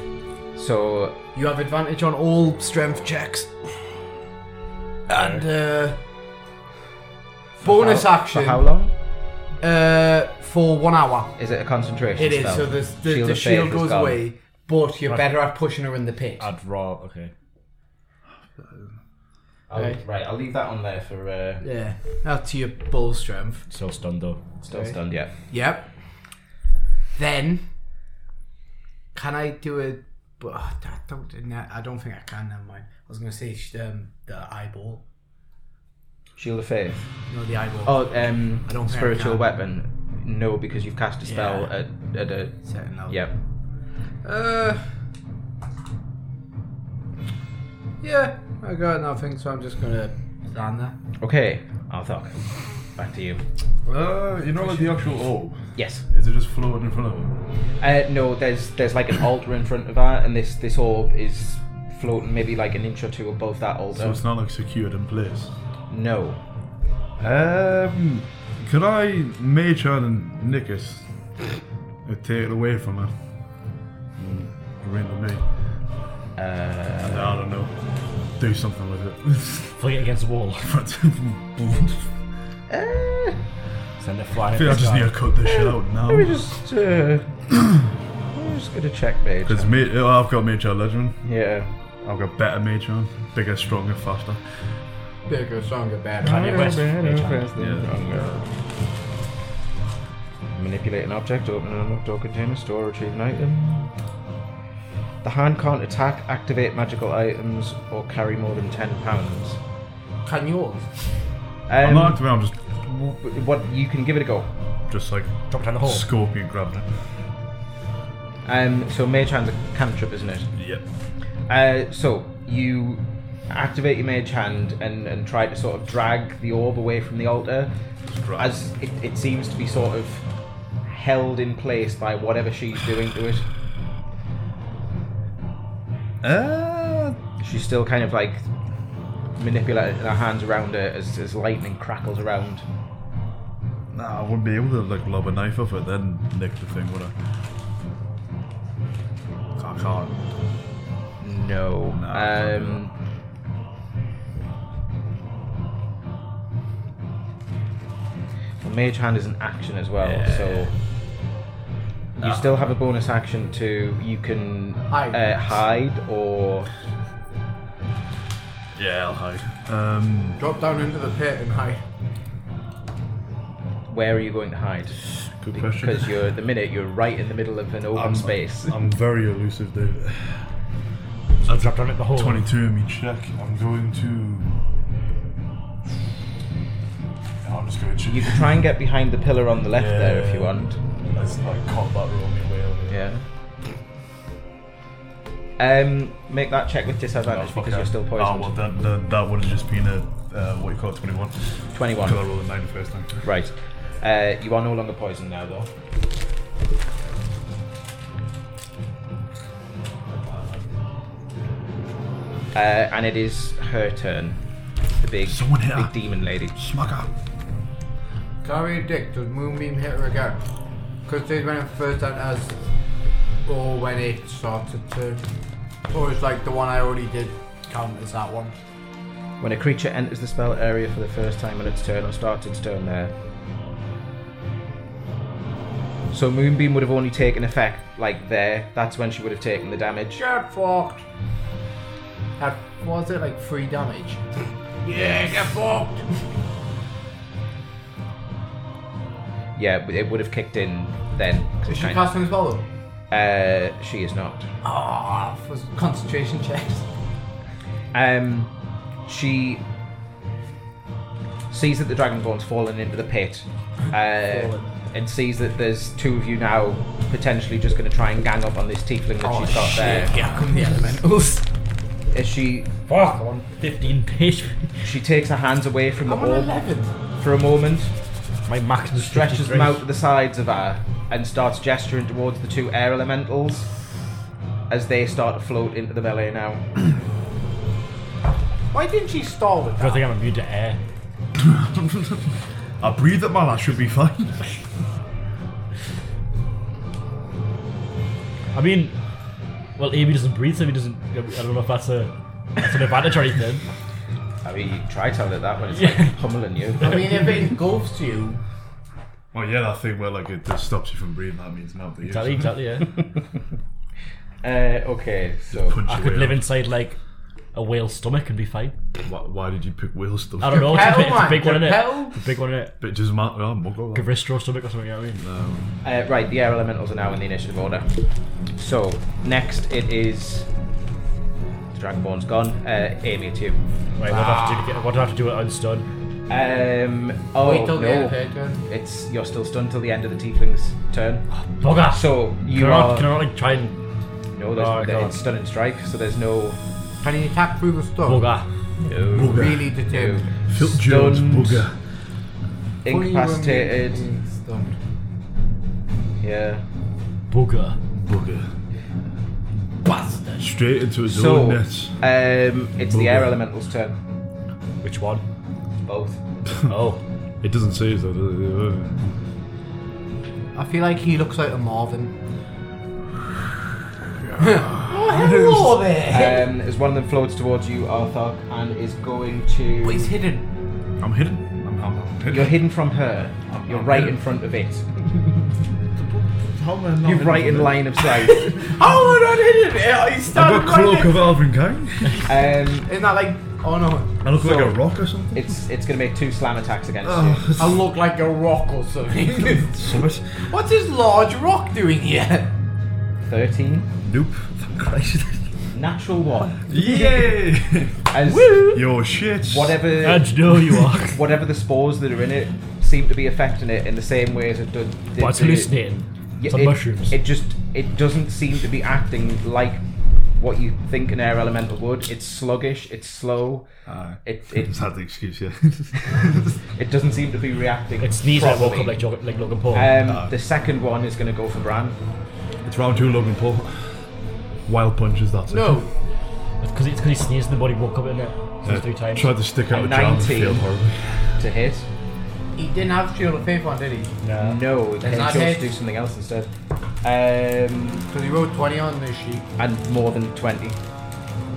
Speaker 2: So
Speaker 6: You have advantage on all strength checks, and uh, bonus
Speaker 2: how-
Speaker 6: action.
Speaker 2: For how long?
Speaker 6: uh, for one hour.
Speaker 2: Is it a concentration
Speaker 6: It is.
Speaker 2: spell?
Speaker 6: So the the
Speaker 2: Shield
Speaker 6: shield, the
Speaker 2: of
Speaker 6: shield
Speaker 2: Faith is
Speaker 6: goes
Speaker 2: gone.
Speaker 6: away, but you're better at pushing her in the pit.
Speaker 5: I'd rather. Okay.
Speaker 2: I'll-
Speaker 6: Right.
Speaker 2: Oh, Right, I'll leave that on there for uh,
Speaker 6: yeah, that's your bull strength.
Speaker 5: Still stunned though.
Speaker 2: still stunned. Yeah.
Speaker 6: Yep. Then, can I do a? But oh, I don't. no, I don't think I can. Never mind. I was gonna say sh- um, the eyeball.
Speaker 2: Shield of faith.
Speaker 6: No, the eyeball.
Speaker 2: Oh, um,
Speaker 6: I don't think I
Speaker 2: spiritual
Speaker 6: can.
Speaker 2: weapon. No, because you've cast a spell at, at a.
Speaker 6: Certain level.
Speaker 2: Yeah.
Speaker 6: Uh. Yeah, I got nothing, so I'm just gonna stand there.
Speaker 2: Okay, Arthok, back to you.
Speaker 4: Uh, you know, like the actual orb.
Speaker 2: Yes.
Speaker 4: Is it just floating in front of him?
Speaker 2: Uh, no, there's there's like an altar in front of that, and this this orb is floating maybe like an inch or two above that
Speaker 4: So
Speaker 2: altar.
Speaker 4: it's not like secured in place.
Speaker 2: No.
Speaker 4: Um, could I mage hand and nick it? And take it away from her. Mm, Random me.
Speaker 2: Uh,
Speaker 4: I don't know. Do something with it.
Speaker 5: Fling it against the wall.
Speaker 2: uh,
Speaker 5: Send it flying.
Speaker 4: I feel I just need to cut this shit out now.
Speaker 2: let me just. Uh, I'm just gonna check mage.
Speaker 4: Because ma- oh, I've got mage hand legend.
Speaker 2: Yeah.
Speaker 4: I've got better mage hand. Bigger, stronger, faster.
Speaker 6: Bigger, stronger, better.
Speaker 5: Kanye West. Mage hand.
Speaker 2: Manipulate an object, open an unlocked door container, store, retrieve an item. The hand can't attack, activate magical items, or carry more than ten pounds.
Speaker 6: Can yours?
Speaker 4: I'm
Speaker 2: Um,
Speaker 4: not activating, I'm just,
Speaker 2: w- what you can give it a go.
Speaker 4: just like
Speaker 5: Drop it down the hole.
Speaker 4: scorpion grabbing it.
Speaker 2: Um, so mage hand's a cantrip, isn't it?
Speaker 4: Yep.
Speaker 2: Uh, so you activate your mage hand and, and try to sort of drag the orb away from the altar,
Speaker 4: drag.
Speaker 2: as it, it seems to be sort of held in place by whatever she's doing to it.
Speaker 4: Uh,
Speaker 2: She's still kind of like manipulating her hands around her as, as lightning crackles around.
Speaker 4: nah, I wouldn't be able to like lob a knife off it, then nick the thing, would I? I can't.
Speaker 2: No.
Speaker 4: No, I can't do
Speaker 2: Um, well, mage hand is an action as well, so you still have a bonus action to you can
Speaker 6: Hide.
Speaker 2: Uh, hide or
Speaker 4: Yeah, I'll hide. Um,
Speaker 6: Drop down into the pit and hide.
Speaker 2: where are you going to hide?
Speaker 4: good question.
Speaker 2: Because you're at the minute you're right in the middle of an open
Speaker 4: I'm-
Speaker 2: space.
Speaker 4: I'm very elusive, David.
Speaker 5: I'll drop down at the hole.
Speaker 4: 22 in me check. I'm going to. I'm just going to.
Speaker 2: You can try and get behind the pillar on the left there if you
Speaker 4: Yeah.
Speaker 2: want.
Speaker 4: That's like combat roll me away. on it.
Speaker 2: Yeah. Um, make that check with disadvantage
Speaker 4: fuck
Speaker 2: because
Speaker 4: that.
Speaker 2: you're still
Speaker 4: Oh,
Speaker 2: poisoned.
Speaker 4: well, that, that, that would have just been a, uh, what you call it, 21. Because I
Speaker 2: 21.
Speaker 4: rolled a 9 the first time.
Speaker 2: Right. Uh, you are no longer poisoned now, though. Uh, and it is her turn. The big,
Speaker 4: Someone hit her.
Speaker 2: big demon lady.
Speaker 4: Smacker!
Speaker 6: Carry a dick, does Moonbeam hit her again? Because they went first time as. Or when it started to. Or it's like the one I already did count as that one.
Speaker 2: When a creature enters the spell area for the first time on its turn or starts its turn there. So Moonbeam would have only taken effect like there. That's when she would have taken the damage.
Speaker 6: Get fucked! That, was it like three damage? yeah, get fucked!
Speaker 2: Yeah, but it would have kicked in then. 'cause it
Speaker 6: Is she
Speaker 2: kind of-
Speaker 6: casting as well though?
Speaker 2: uh, she is not.
Speaker 6: Ah, for concentration checks.
Speaker 2: Um, she sees that the dragonborn's fallen into the pit, uh, and sees that there's two of you now potentially just going to try and gang up on this tiefling that
Speaker 6: Oh,
Speaker 2: she's got Oh, there.
Speaker 6: Yeah, come the elementals.
Speaker 2: As she
Speaker 5: Fuck. On 15 page.
Speaker 2: she takes her hands away from the
Speaker 6: I'm on
Speaker 2: orb
Speaker 6: 11.
Speaker 2: for a moment,
Speaker 5: My max is
Speaker 2: stretches
Speaker 5: 53.
Speaker 2: them out to the sides of her, and starts gesturing towards the two air elementals as they start to float into the melee now.
Speaker 6: Why didn't she stall with
Speaker 5: I don't
Speaker 6: that?
Speaker 5: think I'm immune to air.
Speaker 4: I breathe at man, I should be fine.
Speaker 5: I mean, well, Amy doesn't breathe, so he doesn't. I don't know if that's a that's an advantage or anything.
Speaker 2: I mean, you try to tell her that when it's
Speaker 5: Yeah.
Speaker 2: like pummeling you.
Speaker 6: I mean, if it engulfs you,
Speaker 4: Oh yeah, that thing where like it just stops you from breathing. That means not that
Speaker 5: Exactly,
Speaker 4: you
Speaker 5: exactly, yeah.
Speaker 2: Uh, okay, so
Speaker 4: punch
Speaker 5: I
Speaker 4: your
Speaker 5: could
Speaker 4: way
Speaker 5: live
Speaker 4: out.
Speaker 5: inside like a whale's stomach and be fine.
Speaker 4: Why, why did you pick whale stuff?
Speaker 5: I don't know. It's a,
Speaker 6: Hell,
Speaker 5: big, it's a
Speaker 6: man,
Speaker 5: big one, innit?
Speaker 6: hell.
Speaker 5: It's a big one, innit?
Speaker 4: But it doesn't matter. Oh, muggle. that.
Speaker 5: Gavistro stomach or something, you know what I mean?
Speaker 2: Uh, right, the air elementals are now in the initiative order. So next it is the Dragonborn's gone. Uh, Amy too.
Speaker 5: Right, what do I have to do to get, what do I have to do at Unstun?
Speaker 2: Um, oh
Speaker 6: Wait till the
Speaker 2: no,
Speaker 6: end, Patreon.
Speaker 2: it's you're still stunned till the end of the Tiefling's turn.
Speaker 5: Bugger!
Speaker 2: So you
Speaker 5: can, I,
Speaker 2: are
Speaker 5: not- can I not, like try and
Speaker 2: no, there's,
Speaker 5: Oh,
Speaker 2: there-
Speaker 5: God.
Speaker 2: it's stun and strike, so there's no
Speaker 6: Can you tap through the stuff?
Speaker 5: bugger?
Speaker 6: Really determined.
Speaker 4: Phil Jones
Speaker 2: Stunned.
Speaker 4: bugger.
Speaker 2: incapacitated.
Speaker 6: Fully removed. Stunned.
Speaker 2: Yeah.
Speaker 5: Bugger.
Speaker 4: Bugger. Straight into his
Speaker 2: So
Speaker 4: own
Speaker 2: um, it's
Speaker 4: nets.
Speaker 2: the
Speaker 4: Bugger.
Speaker 2: air elemental's turn.
Speaker 5: Which one?
Speaker 2: Both.
Speaker 5: oh.
Speaker 4: It doesn't say so. does it?
Speaker 6: I feel like he looks like a Marvin.
Speaker 2: Um, as one of them floats towards you, Arthur, and is going to.
Speaker 6: But he's hidden.
Speaker 4: Uh, I'm hidden. I'm, I'm, I'm hidden.
Speaker 2: You're hidden from her. You're
Speaker 4: I'm
Speaker 2: right
Speaker 4: hidden.
Speaker 2: in front of it.
Speaker 4: How am I not
Speaker 2: You're
Speaker 4: hidden
Speaker 2: right in
Speaker 4: from it?
Speaker 2: line of sight.
Speaker 6: Oh, we're not hidden. Yeah, He's
Speaker 4: I've
Speaker 6: standing
Speaker 4: got cloak
Speaker 6: right
Speaker 4: of Alvin Kang.
Speaker 2: Um,
Speaker 6: Isn't that like? Oh no.
Speaker 4: I look like
Speaker 2: So-
Speaker 4: a rock or something.
Speaker 2: it's it's going to make two slam attacks against
Speaker 4: Oh,
Speaker 6: I look like a rock or something.
Speaker 4: summit.
Speaker 6: What's this large rock doing here?
Speaker 2: you. Thirteen,
Speaker 4: Nope. Thank Christ.
Speaker 2: natural one.
Speaker 4: Yay!
Speaker 2: As
Speaker 4: Yo, shit.
Speaker 5: I
Speaker 2: whatever
Speaker 5: know you are.
Speaker 2: whatever the spores that are in it seem to be affecting it in the same way as it does. did
Speaker 5: but it's
Speaker 2: the-
Speaker 5: hallucinating.
Speaker 2: Yeah,
Speaker 5: It's on
Speaker 2: it-
Speaker 5: mushrooms.
Speaker 2: It just it doesn't seem to be acting like what you think an air elemental would. It's sluggish. It's slow.
Speaker 4: Aye.
Speaker 2: It
Speaker 4: Is
Speaker 2: it,
Speaker 4: that the excuse? Yeah.
Speaker 2: it doesn't seem to be reacting.
Speaker 5: it sneezes and woke
Speaker 2: properly.
Speaker 5: up like, Jog- like Logan Paul.
Speaker 2: Um, The second one is going to go for Bran.
Speaker 4: it's round two, Logan Paul. Wild punches. That's it.
Speaker 6: No.
Speaker 5: Because it's because he sneezed and the body woke up in it.
Speaker 4: Uh,
Speaker 5: three times.
Speaker 4: Tried to stick out
Speaker 2: A
Speaker 4: a jam and
Speaker 2: 19.
Speaker 4: failed horribly.
Speaker 2: to hit.
Speaker 6: He didn't have Shield of Faith on, did he?
Speaker 5: Nah.
Speaker 2: No, they
Speaker 6: not
Speaker 2: chose to
Speaker 6: hit.
Speaker 2: do something else instead. Um,
Speaker 6: Because he wrote 20 on this sheet.
Speaker 2: and more than 20.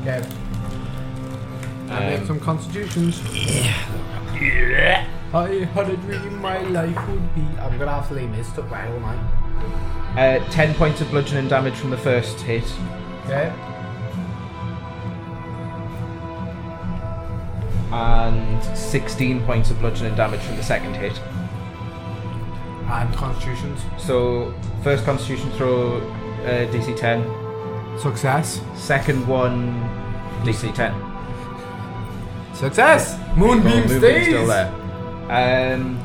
Speaker 6: Okay. I made some constitutions. Yeah. I had a dream my life would be. I'm gonna have to leave this up right all night.
Speaker 2: Uh, 10 points of bludgeoning damage from the first hit.
Speaker 6: Okay.
Speaker 2: And 16 points of bludgeoning damage from the second hit.
Speaker 6: And constitutions.
Speaker 2: So, first constitution throw, uh, DC 10.
Speaker 6: Success.
Speaker 2: Second one, DC 10.
Speaker 6: Success!
Speaker 2: Well,
Speaker 6: Moonbeam
Speaker 2: Moonbeam's
Speaker 6: stays!
Speaker 2: still there. Um,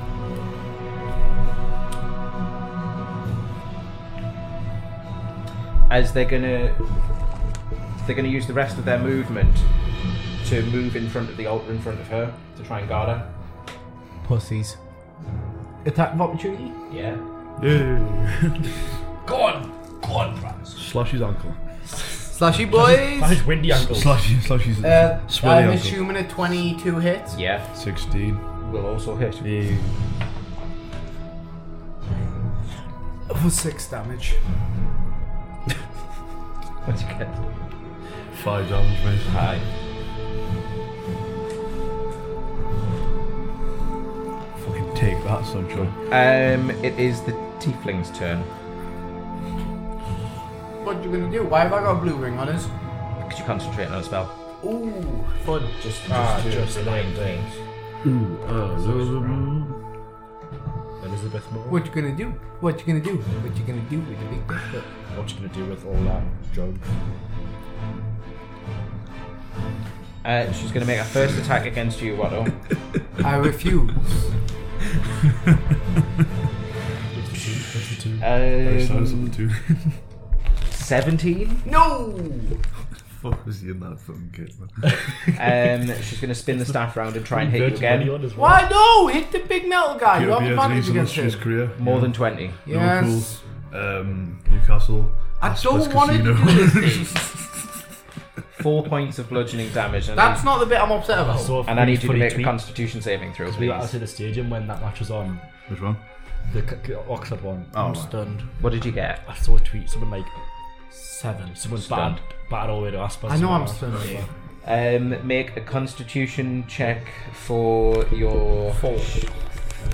Speaker 2: as they're gonna, they're gonna use the rest of their movement to move in front of the altar in front of her to try and guard her.
Speaker 6: Pussies. Attack of opportunity?
Speaker 2: Yeah.
Speaker 4: Yeah.
Speaker 6: Go on! Go on, Travis.
Speaker 4: Slash his ankle.
Speaker 6: Slashy boys!
Speaker 5: His windy ankle.
Speaker 4: Slash his. Slash his.
Speaker 6: Uh,
Speaker 4: swirly
Speaker 6: I'm
Speaker 4: ankle.
Speaker 6: assuming a 22 hit.
Speaker 2: Yeah.
Speaker 4: Sixteen.
Speaker 2: Will also hit.
Speaker 4: Yeah.
Speaker 6: For 6 damage.
Speaker 2: What'd you get?
Speaker 4: Five damage, mate.
Speaker 2: Hi.
Speaker 4: Fucking take that, sunshine.
Speaker 2: Um, it is the tiefling's turn
Speaker 6: What you gonna do? Why have I got a blue ring on us?
Speaker 2: because you concentrate on a spell.
Speaker 6: Ooh, fun. Just,
Speaker 5: Ah, just nine things. Elizabeth Moore.
Speaker 6: What you gonna do? What you gonna do? What you gonna do with the big butt?
Speaker 5: What you gonna do with all that junk?
Speaker 2: Uh, she's going to make a first attack against you, Watto.
Speaker 6: I refuse.
Speaker 2: Um,
Speaker 4: something too.
Speaker 2: 17?
Speaker 6: no!
Speaker 4: Fuck was he in that fucking kid, man?
Speaker 2: Um, she's going to spin the staff round and try and hit you again.
Speaker 6: Why no? Hit the big metal guy. You
Speaker 4: It'll
Speaker 6: have
Speaker 4: be
Speaker 6: advantage
Speaker 4: Anthony
Speaker 6: against
Speaker 4: Sinistre's
Speaker 6: him.
Speaker 4: career.
Speaker 2: More
Speaker 4: yeah.
Speaker 2: than 20.
Speaker 6: Yes.
Speaker 4: Liverpool, um, Newcastle.
Speaker 6: I
Speaker 4: Las
Speaker 6: don't
Speaker 4: Vegas
Speaker 6: want to do
Speaker 4: Casino.
Speaker 6: this thing.
Speaker 2: Four points of bludgeoning damage, and,
Speaker 6: That's not the bit I'm upset about.
Speaker 5: So
Speaker 2: I, need, and I need you to make a constitution saving throw,
Speaker 5: We
Speaker 2: please.
Speaker 5: were out at the stadium when that match was on.
Speaker 4: Which one?
Speaker 5: The C- C- Oxford one.
Speaker 4: Oh, right.
Speaker 6: stunned.
Speaker 2: What did you get?
Speaker 5: I saw a tweet. Someone like
Speaker 6: Seven.
Speaker 5: someone
Speaker 2: Stunned.
Speaker 5: bad, bad all the way to Aspas.
Speaker 6: I know I'm stunned.
Speaker 2: Um, make a constitution check for your
Speaker 6: Four.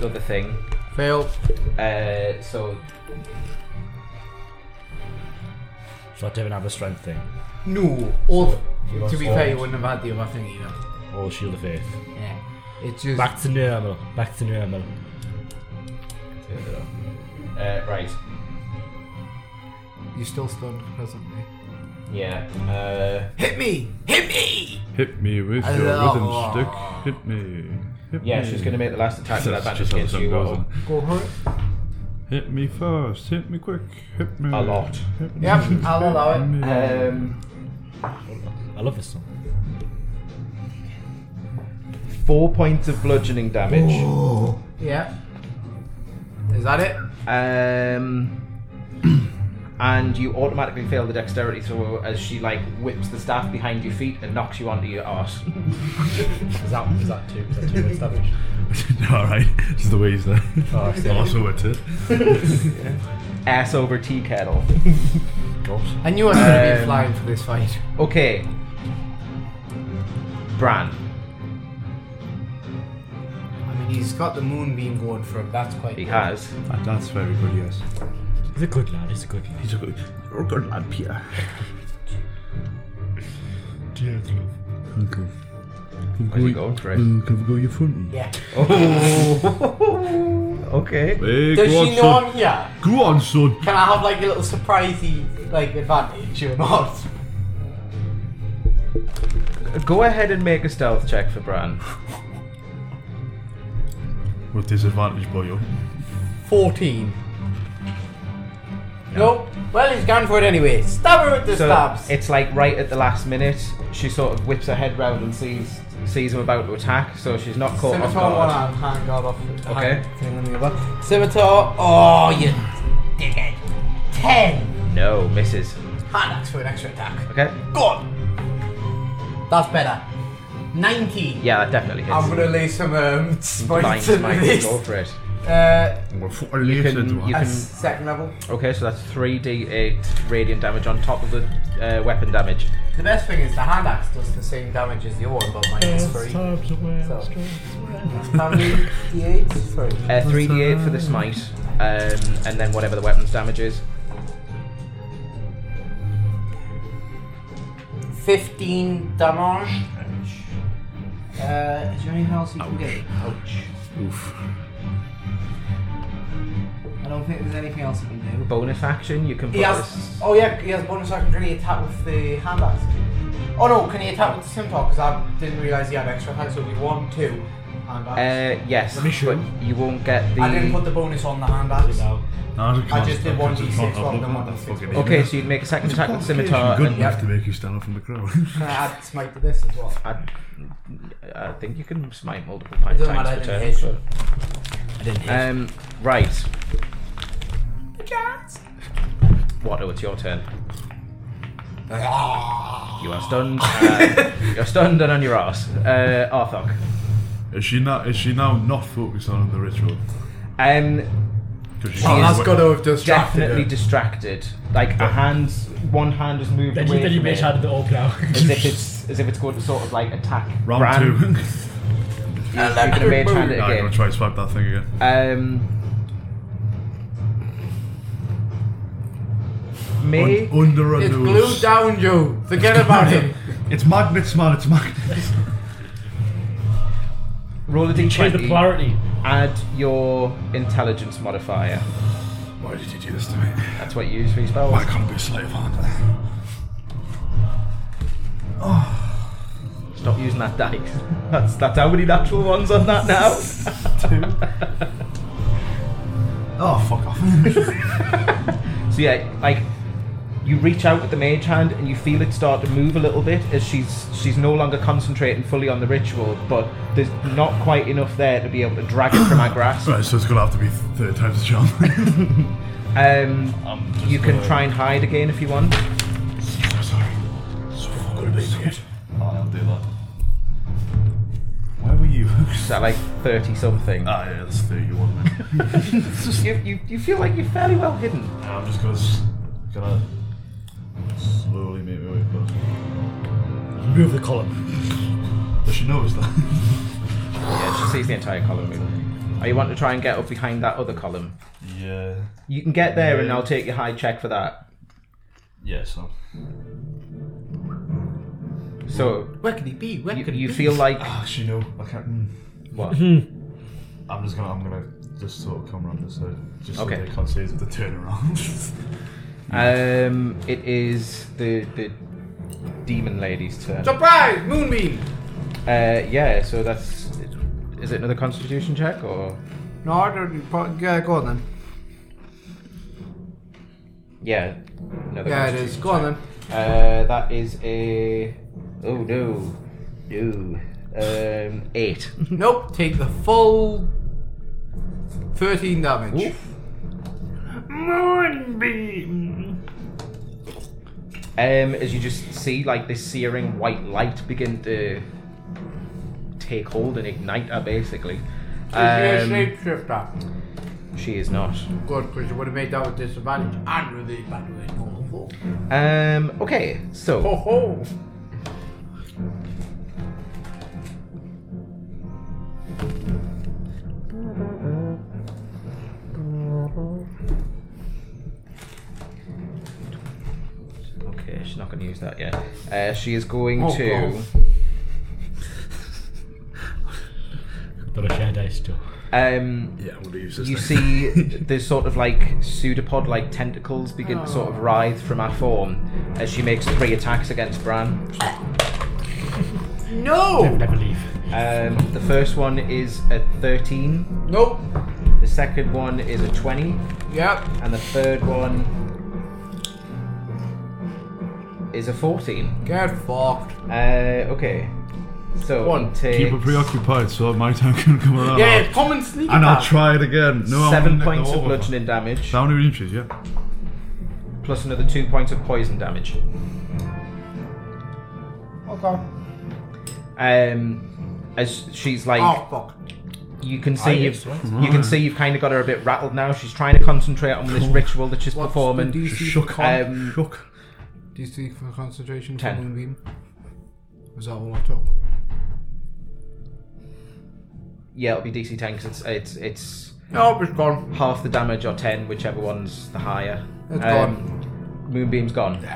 Speaker 2: other thing.
Speaker 6: Fail.
Speaker 2: Uh, so
Speaker 5: So I didn't have a strength thing.
Speaker 6: No. Or,
Speaker 5: lost
Speaker 6: to be
Speaker 5: all.
Speaker 6: fair, you wouldn't have had the other thing either.
Speaker 5: Or shield of faith.
Speaker 6: Yeah. It's just.
Speaker 5: Back to normal. Back to normal.
Speaker 2: turn it off. Uh, right.
Speaker 6: You're still stunned presently.
Speaker 2: Yeah. Uh,
Speaker 6: Hit me! Hit me!
Speaker 7: Hit me with your
Speaker 6: Hello.
Speaker 7: rhythm stick. Hit me. Hit
Speaker 2: yeah,
Speaker 7: me.
Speaker 2: she's going to make the last attack with
Speaker 4: That's
Speaker 2: advantage
Speaker 4: just how the
Speaker 2: against
Speaker 4: song
Speaker 2: you. Otto.
Speaker 4: goes, isn't it?
Speaker 6: Go for it.
Speaker 7: Hit me
Speaker 4: Oh,
Speaker 7: first. Hit me quick. Hit me.
Speaker 2: A lot.
Speaker 7: Hit me.
Speaker 6: Yep, I'll allow it.
Speaker 7: Hit me.
Speaker 2: Um,
Speaker 5: I love this song.
Speaker 2: four points of bludgeoning damage.
Speaker 6: Yeah. Is that it?
Speaker 2: Um, and you automatically fail the dexterity throw as she like whips the staff behind your feet and knocks you onto your arse.
Speaker 5: Is that, is that too, is that too established?
Speaker 4: Alright, this is the way he's there. also, it's it.
Speaker 2: Ass over tea kettle.
Speaker 6: I knew I was going to be
Speaker 2: Um,
Speaker 6: flying for this fight.
Speaker 2: Okay. Bran.
Speaker 6: I mean, he's got the moonbeam going for him. That's quite.
Speaker 2: He has.
Speaker 4: That- That's very good, yes.
Speaker 5: He's a good lad, he's a good lad.
Speaker 4: He's a good, you're a good lad, Peter. Okay.
Speaker 2: Where's he going for it?
Speaker 4: Can we go your front?
Speaker 6: Yeah.
Speaker 2: Oh. okay.
Speaker 4: Hey,
Speaker 6: Does
Speaker 4: go
Speaker 6: she
Speaker 4: on,
Speaker 6: know
Speaker 4: son.
Speaker 6: I'm here?
Speaker 4: Go on, son.
Speaker 6: Can I have like a little surprisey like advantage or not?
Speaker 2: Go ahead and make a stealth check for Bran.
Speaker 4: With disadvantage, boy. yo.
Speaker 6: Fourteen. Nope. Well, he's gone for it anyway. Stab her with the
Speaker 2: So
Speaker 6: stabs.
Speaker 2: it's like right at the last minute, she sort of whips her head round and sees sees him about to attack, so she's not caught off
Speaker 6: Scimitar one
Speaker 2: guard.
Speaker 6: hand, hand guard off. the-
Speaker 2: Okay.
Speaker 6: hand Thing on the other. Scimitar. Oh, you dickhead. Ten.
Speaker 2: No, misses.
Speaker 6: Hand axe for an extra attack.
Speaker 2: Okay.
Speaker 6: Go on. That's better. Nineteen.
Speaker 2: Yeah, that definitely hits.
Speaker 6: I'm gonna lay some um,
Speaker 2: Divine
Speaker 6: points in
Speaker 2: smite,
Speaker 6: this.
Speaker 2: Go Mm. for it.
Speaker 6: Uh,
Speaker 4: I'm gonna fuck a lace
Speaker 2: can-
Speaker 4: into
Speaker 2: you
Speaker 4: her.
Speaker 6: at
Speaker 2: can-
Speaker 6: second level.
Speaker 2: Okay, so that's three d eight radiant damage on top of the uh, weapon damage.
Speaker 6: The best thing is the hand axe does the same damage as the other, but mine is three. So, family D8, three.
Speaker 2: Uh, three d eight for the smite, um, and then whatever the weapon's damage is.
Speaker 6: Fifteen damage. Uh, is there anything else you can get? Ouch.
Speaker 4: Oof.
Speaker 6: I don't think there's anything else you can do.
Speaker 2: Bonus action, you can.
Speaker 6: He has.
Speaker 2: bonus-
Speaker 6: Oh yeah, he has bonus action. Can he attack with the hand axe? Oh no, can he attack with the scimitar? Because I didn't realize he had extra attacks. So it'll be one, two, hand axe.
Speaker 2: Uh, yes, but you won't get the.
Speaker 6: I didn't put the bonus on the hand axe.
Speaker 4: Nah, I,
Speaker 6: I just did one
Speaker 4: just
Speaker 6: D6
Speaker 4: can't
Speaker 6: rather
Speaker 4: upload
Speaker 6: than one
Speaker 4: that
Speaker 6: D6.
Speaker 4: fucking
Speaker 2: Okay,
Speaker 4: idiot.
Speaker 2: so you'd make a second attack with
Speaker 4: Qualification
Speaker 2: scimitar.
Speaker 4: good
Speaker 2: and-
Speaker 4: enough to make you stand up from the crowd.
Speaker 6: Can I add smite to this as well?
Speaker 2: I, I think you can smite multiple times
Speaker 6: doesn't matter,
Speaker 2: per
Speaker 6: I
Speaker 2: turn.
Speaker 6: didn't
Speaker 2: so-
Speaker 6: I didn't hit.
Speaker 2: Um, right.
Speaker 6: Uh,
Speaker 2: What? Oh, it's your turn. You are stunned. uh, you're stunned and on your ass. Uh, Arthok.
Speaker 4: Is she now? Is she now not focused on the ritual?
Speaker 2: Um,
Speaker 4: 'Cause she-
Speaker 6: Oh, that's got to have distracted
Speaker 2: definitely
Speaker 6: her.
Speaker 2: distracted. Like a hand's one hand has moved away from it,
Speaker 5: the orc now.
Speaker 2: as if it's as if it's going to sort of like attack.
Speaker 4: Round
Speaker 2: Bran.
Speaker 4: two.
Speaker 2: You- You're gonna mage hand it
Speaker 4: Nah, I'm gonna
Speaker 2: again.
Speaker 4: try and swipe that thing again.
Speaker 2: Um, May
Speaker 4: Un- under a
Speaker 6: It's
Speaker 4: nose.
Speaker 6: glued down, Joe. Forget about it.
Speaker 4: It's magnets, man. It's magnets.
Speaker 2: roll a d20.
Speaker 5: polarity.
Speaker 2: Add your intelligence modifier.
Speaker 4: Why did you do this to me?
Speaker 2: That's what you use for your spells.
Speaker 4: Why can't I be a slave hand? Oh.
Speaker 2: Stop using that dice. That's that's how many natural ones on that now.
Speaker 4: Oh fuck off!
Speaker 2: so yeah, like you reach out with the mage hand and you feel it start to move a little bit as she's she's no longer concentrating fully on the ritual, but there's not quite enough there to be able to drag it from her grasp.
Speaker 4: right, so it's gonna have to be third time's the charm.
Speaker 2: Um,
Speaker 4: I'm just
Speaker 2: you can
Speaker 4: gonna-
Speaker 2: try and hide again if you want.
Speaker 4: Sorry. So fucking big. I'll do that. Where were you?
Speaker 2: Is that like thirty something?
Speaker 4: ah, yeah, that's 31. man.
Speaker 2: you, you, you feel like you're fairly well hidden.
Speaker 4: Yeah, I'm just gonna, s- gonna slowly make my way across.
Speaker 5: Move the column.
Speaker 4: Does she notice that?
Speaker 2: Yeah, she sees the entire column move. Or you want to try and get up behind that other column?
Speaker 4: Yeah.
Speaker 2: You can get there, and
Speaker 4: Yeah.
Speaker 2: I'll take your high check for that.
Speaker 4: Yeah, so.
Speaker 2: So
Speaker 3: Where can he be? Where
Speaker 2: you,
Speaker 3: can he
Speaker 2: you
Speaker 3: be?
Speaker 2: feel like
Speaker 4: Actually, no. I can't. mm.
Speaker 2: what?
Speaker 4: I'm just gonna. I'm gonna just sort of come around this side. Just
Speaker 2: Okay.
Speaker 4: so they can't see the turnaround.
Speaker 2: Um, it is the the demon lady's turn.
Speaker 6: Surprise! Moonbeam!
Speaker 2: Uh, yeah, so that's. Is it another Constitution check or?
Speaker 6: No, I don't. pro- Yeah, go on then.
Speaker 2: Yeah, another.
Speaker 6: Yeah, it is. Go on then.
Speaker 2: Constitution. Uh, that is a. Oh no, no. Um, eight.
Speaker 6: Nope, take the full 13 damage.
Speaker 2: Um, as you just see, like this searing white light begin to take hold and ignite her, basically.
Speaker 6: Is she a
Speaker 2: Um,
Speaker 6: shapeshifter?
Speaker 2: she is not.
Speaker 6: Good, because you would have made that with disadvantage and with the advantage. normal form.
Speaker 2: Um, okay, so.
Speaker 6: Ho ho!
Speaker 2: Okay, she's not going to use that yet. Uh, she is going
Speaker 6: Oh,
Speaker 2: to.
Speaker 5: Got a share dice too.
Speaker 2: Um,
Speaker 4: yeah, I'm gonna use this.
Speaker 2: you
Speaker 4: thing.
Speaker 2: see the sort of like pseudopod like tentacles begin to sort of
Speaker 7: Oh.
Speaker 2: writhe from her form as she makes three attacks against Bran.
Speaker 6: No!
Speaker 5: Never leave.
Speaker 2: Um, the first one is a 13,
Speaker 6: Nope.
Speaker 2: the second one is a 20,
Speaker 6: Yep.
Speaker 2: and the third one is a 14.
Speaker 6: Get fucked.
Speaker 2: Uh, okay. So
Speaker 6: One.
Speaker 2: he takes
Speaker 7: Keep her preoccupied so my time can come around.
Speaker 6: Yeah, common sneak
Speaker 7: And I'll
Speaker 6: attack.
Speaker 7: try it again. No, I
Speaker 2: seven
Speaker 7: wanna knock
Speaker 2: points
Speaker 7: her
Speaker 2: of
Speaker 7: over.
Speaker 2: bludgeoning damage,
Speaker 7: How many inches? Yeah.
Speaker 2: plus another two points of poison damage.
Speaker 6: Okay.
Speaker 2: Um, as she's like
Speaker 6: Oh, fuck.
Speaker 2: you can see you've, you can see you've kind of got her a bit rattled now. She's trying to concentrate on this ritual that she's
Speaker 6: What's
Speaker 2: performing.
Speaker 6: the DC
Speaker 7: Shook.
Speaker 6: con-
Speaker 2: Um,
Speaker 7: Shook.
Speaker 6: DC for concentration
Speaker 2: Ten.
Speaker 6: for Moonbeam? Was that all I took?
Speaker 2: yeah, it'll be DC ten 'cause it's it's it's
Speaker 6: No, it's gone.
Speaker 2: half the damage or ten, whichever one's the higher. Um,
Speaker 6: It's
Speaker 2: Moonbeam's gone. So,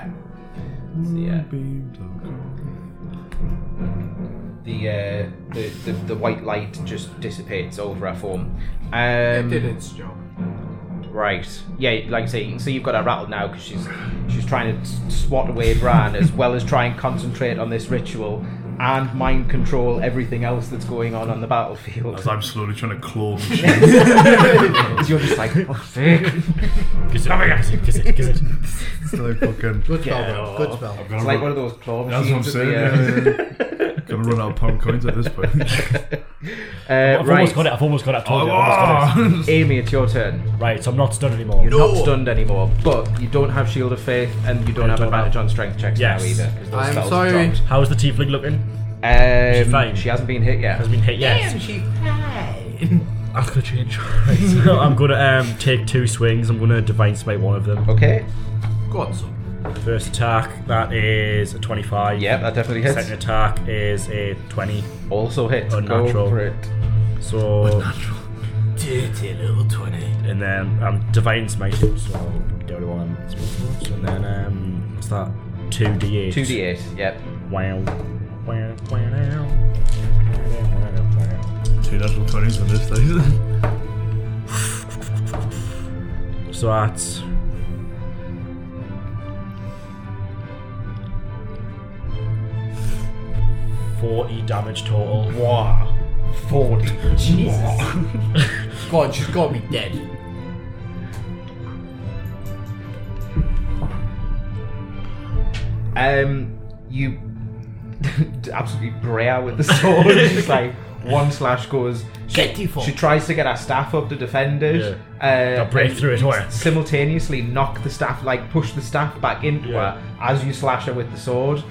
Speaker 2: yeah. The, uh, the the the white light just dissipates over her form. Um,
Speaker 6: it did its job.
Speaker 2: Right. Yeah, like I say, you can see you've got her rattled now because she's she's trying to s- swat away Bran as well as try and concentrate on this ritual and mind control everything else that's going on on the battlefield.
Speaker 4: As I'm slowly trying to claw. the shit.
Speaker 2: Because you're just like, oh, sick.
Speaker 5: Kiss it, kiss it, kiss it, kiss it.
Speaker 7: Still fucking.
Speaker 6: Good spell, though. Good spell.
Speaker 4: I'm gonna
Speaker 2: It's
Speaker 4: run-
Speaker 2: like one of those claw
Speaker 4: That's what I'm
Speaker 2: machines. at
Speaker 4: saying.
Speaker 2: the,
Speaker 4: Yeah. yeah, yeah. Gonna run out of pound coins at this point.
Speaker 2: uh, uh,
Speaker 5: I've almost got
Speaker 2: right,
Speaker 5: it, I've almost got it, I told
Speaker 4: Oh,
Speaker 5: you, I've almost got it.
Speaker 2: Amy, it's your turn.
Speaker 5: Right, so I'm not stunned anymore.
Speaker 2: You're not stunned anymore, but you don't have Shield of Faith and you don't have
Speaker 5: don't
Speaker 2: advantage
Speaker 5: have-
Speaker 2: on strength checks now
Speaker 5: Yes.
Speaker 2: either. 'cause those
Speaker 6: I'm
Speaker 2: spells are
Speaker 6: sorry.
Speaker 2: dropped.
Speaker 5: How's the tiefling looking?
Speaker 2: Um,
Speaker 5: She fine?
Speaker 2: She hasn't been hit yet.
Speaker 5: Has been hit yet.
Speaker 6: she
Speaker 5: I've got to change. Right, so I'm gonna um, take two swings. I'm gonna divine smite one of them.
Speaker 2: Okay.
Speaker 6: got some.
Speaker 5: First attack, that is a 25.
Speaker 2: Yeah, that definitely hits.
Speaker 5: Second Oh, attack is a 20.
Speaker 2: Also hit. Go
Speaker 5: Unnatural.
Speaker 2: for it.
Speaker 5: So,
Speaker 6: Dirty little 20.
Speaker 5: and then I'm divine smite, so the only one I'm supposed to. And then um, what's that? 2d8.
Speaker 2: 2d8, yep.
Speaker 5: Wow. Wow. Wow. Wow. Wow.
Speaker 4: Two natural twenties on this thing.
Speaker 5: So that's forty damage total.
Speaker 2: Wow. 40. Jesus.
Speaker 6: God, she's got me dead.
Speaker 2: Um, you absolutely bray with the sword. It's like one slash goes.
Speaker 6: Get you
Speaker 2: She tries to get her staff up to defend it. Uh,
Speaker 5: I'll break through it, don't worry.
Speaker 2: Simultaneously knock the staff, like push the staff back into
Speaker 5: Yeah.
Speaker 2: her as you slash her with the sword.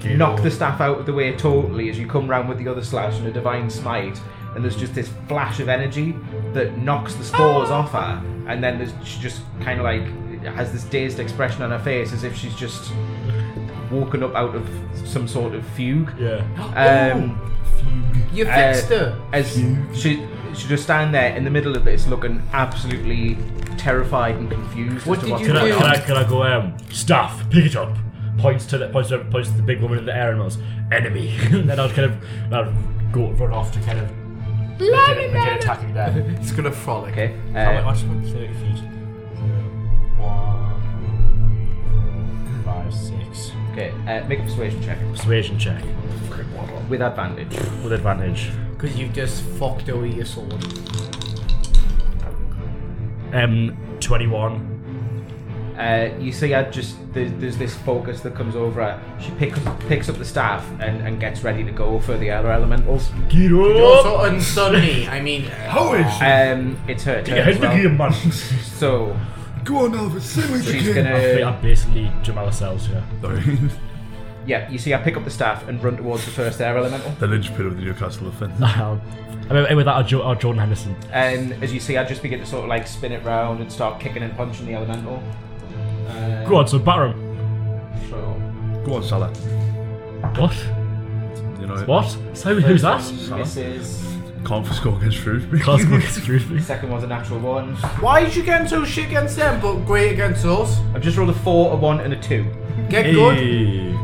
Speaker 5: Game
Speaker 2: knock
Speaker 5: over.
Speaker 2: the staff out of the way totally as you come round with the other slash and a divine smite. And there's just this flash of energy that knocks the
Speaker 6: Oh.
Speaker 2: spores off her. And then there's, she just kind of like has this dazed expression on her face as if she's just woken up out of some sort of fugue.
Speaker 5: Yeah.
Speaker 2: Um,
Speaker 6: You
Speaker 2: uh,
Speaker 6: fixed her.
Speaker 2: as she She just stand there in the middle of this, looking absolutely terrified and confused.
Speaker 6: What
Speaker 2: as to
Speaker 6: did
Speaker 2: what's
Speaker 6: you
Speaker 5: Can I,
Speaker 2: going
Speaker 5: can
Speaker 2: on.
Speaker 5: I, can I go, um, staff, pick it up? Points to the, points to, points to the big woman in the air and was, enemy. and then I'd kind of, I'd go, run off to kind of, begin, begin attacking them. Um,
Speaker 6: It's gonna frolic.
Speaker 2: Okay.
Speaker 5: I'm like,
Speaker 2: Uh,
Speaker 5: I just went 30 feet. One, five, six.
Speaker 2: okay. Uh, make a persuasion check
Speaker 5: Persuasion check.
Speaker 2: with advantage.
Speaker 5: With advantage.
Speaker 6: Because you just fucked away your sword.
Speaker 5: Um, 21.
Speaker 2: Uh, you see, I just there's, there's this focus that comes over her. She picks picks up the staff and, and gets ready to go for the other elementals.
Speaker 5: Get up!
Speaker 6: Also, and suddenly, I mean,
Speaker 7: How is she?
Speaker 2: Um, it's her turn
Speaker 5: Get
Speaker 2: as
Speaker 5: in the
Speaker 2: well.
Speaker 5: game, man!
Speaker 2: So
Speaker 7: Go on, Elvis, say what
Speaker 2: she's
Speaker 7: you can.
Speaker 5: I think
Speaker 2: gonna
Speaker 5: I'm basically Jamal Sells here.
Speaker 7: Sorry.
Speaker 2: yeah. You see, I pick up the staff and run towards the first air elemental.
Speaker 7: the linchpin of the Newcastle offence.
Speaker 5: Um, I mean, with that, or, jo- or Jordan Henderson.
Speaker 2: And as you see, I just begin to sort of like spin it round and start kicking and punching the elemental. Uh,
Speaker 5: Go on, so batter him.
Speaker 2: So
Speaker 7: Go on, Salah.
Speaker 5: What?
Speaker 7: You know
Speaker 5: What? So, who's that?
Speaker 7: Salah.
Speaker 2: this is
Speaker 7: Can't for score against Shrewsbury.
Speaker 5: Glasgow, excuse me.
Speaker 2: second one's a natural one.
Speaker 6: why is you getting so shit against them, but great against us?
Speaker 2: I've just rolled a four, a one, and a two.
Speaker 6: Get good.
Speaker 7: Hey.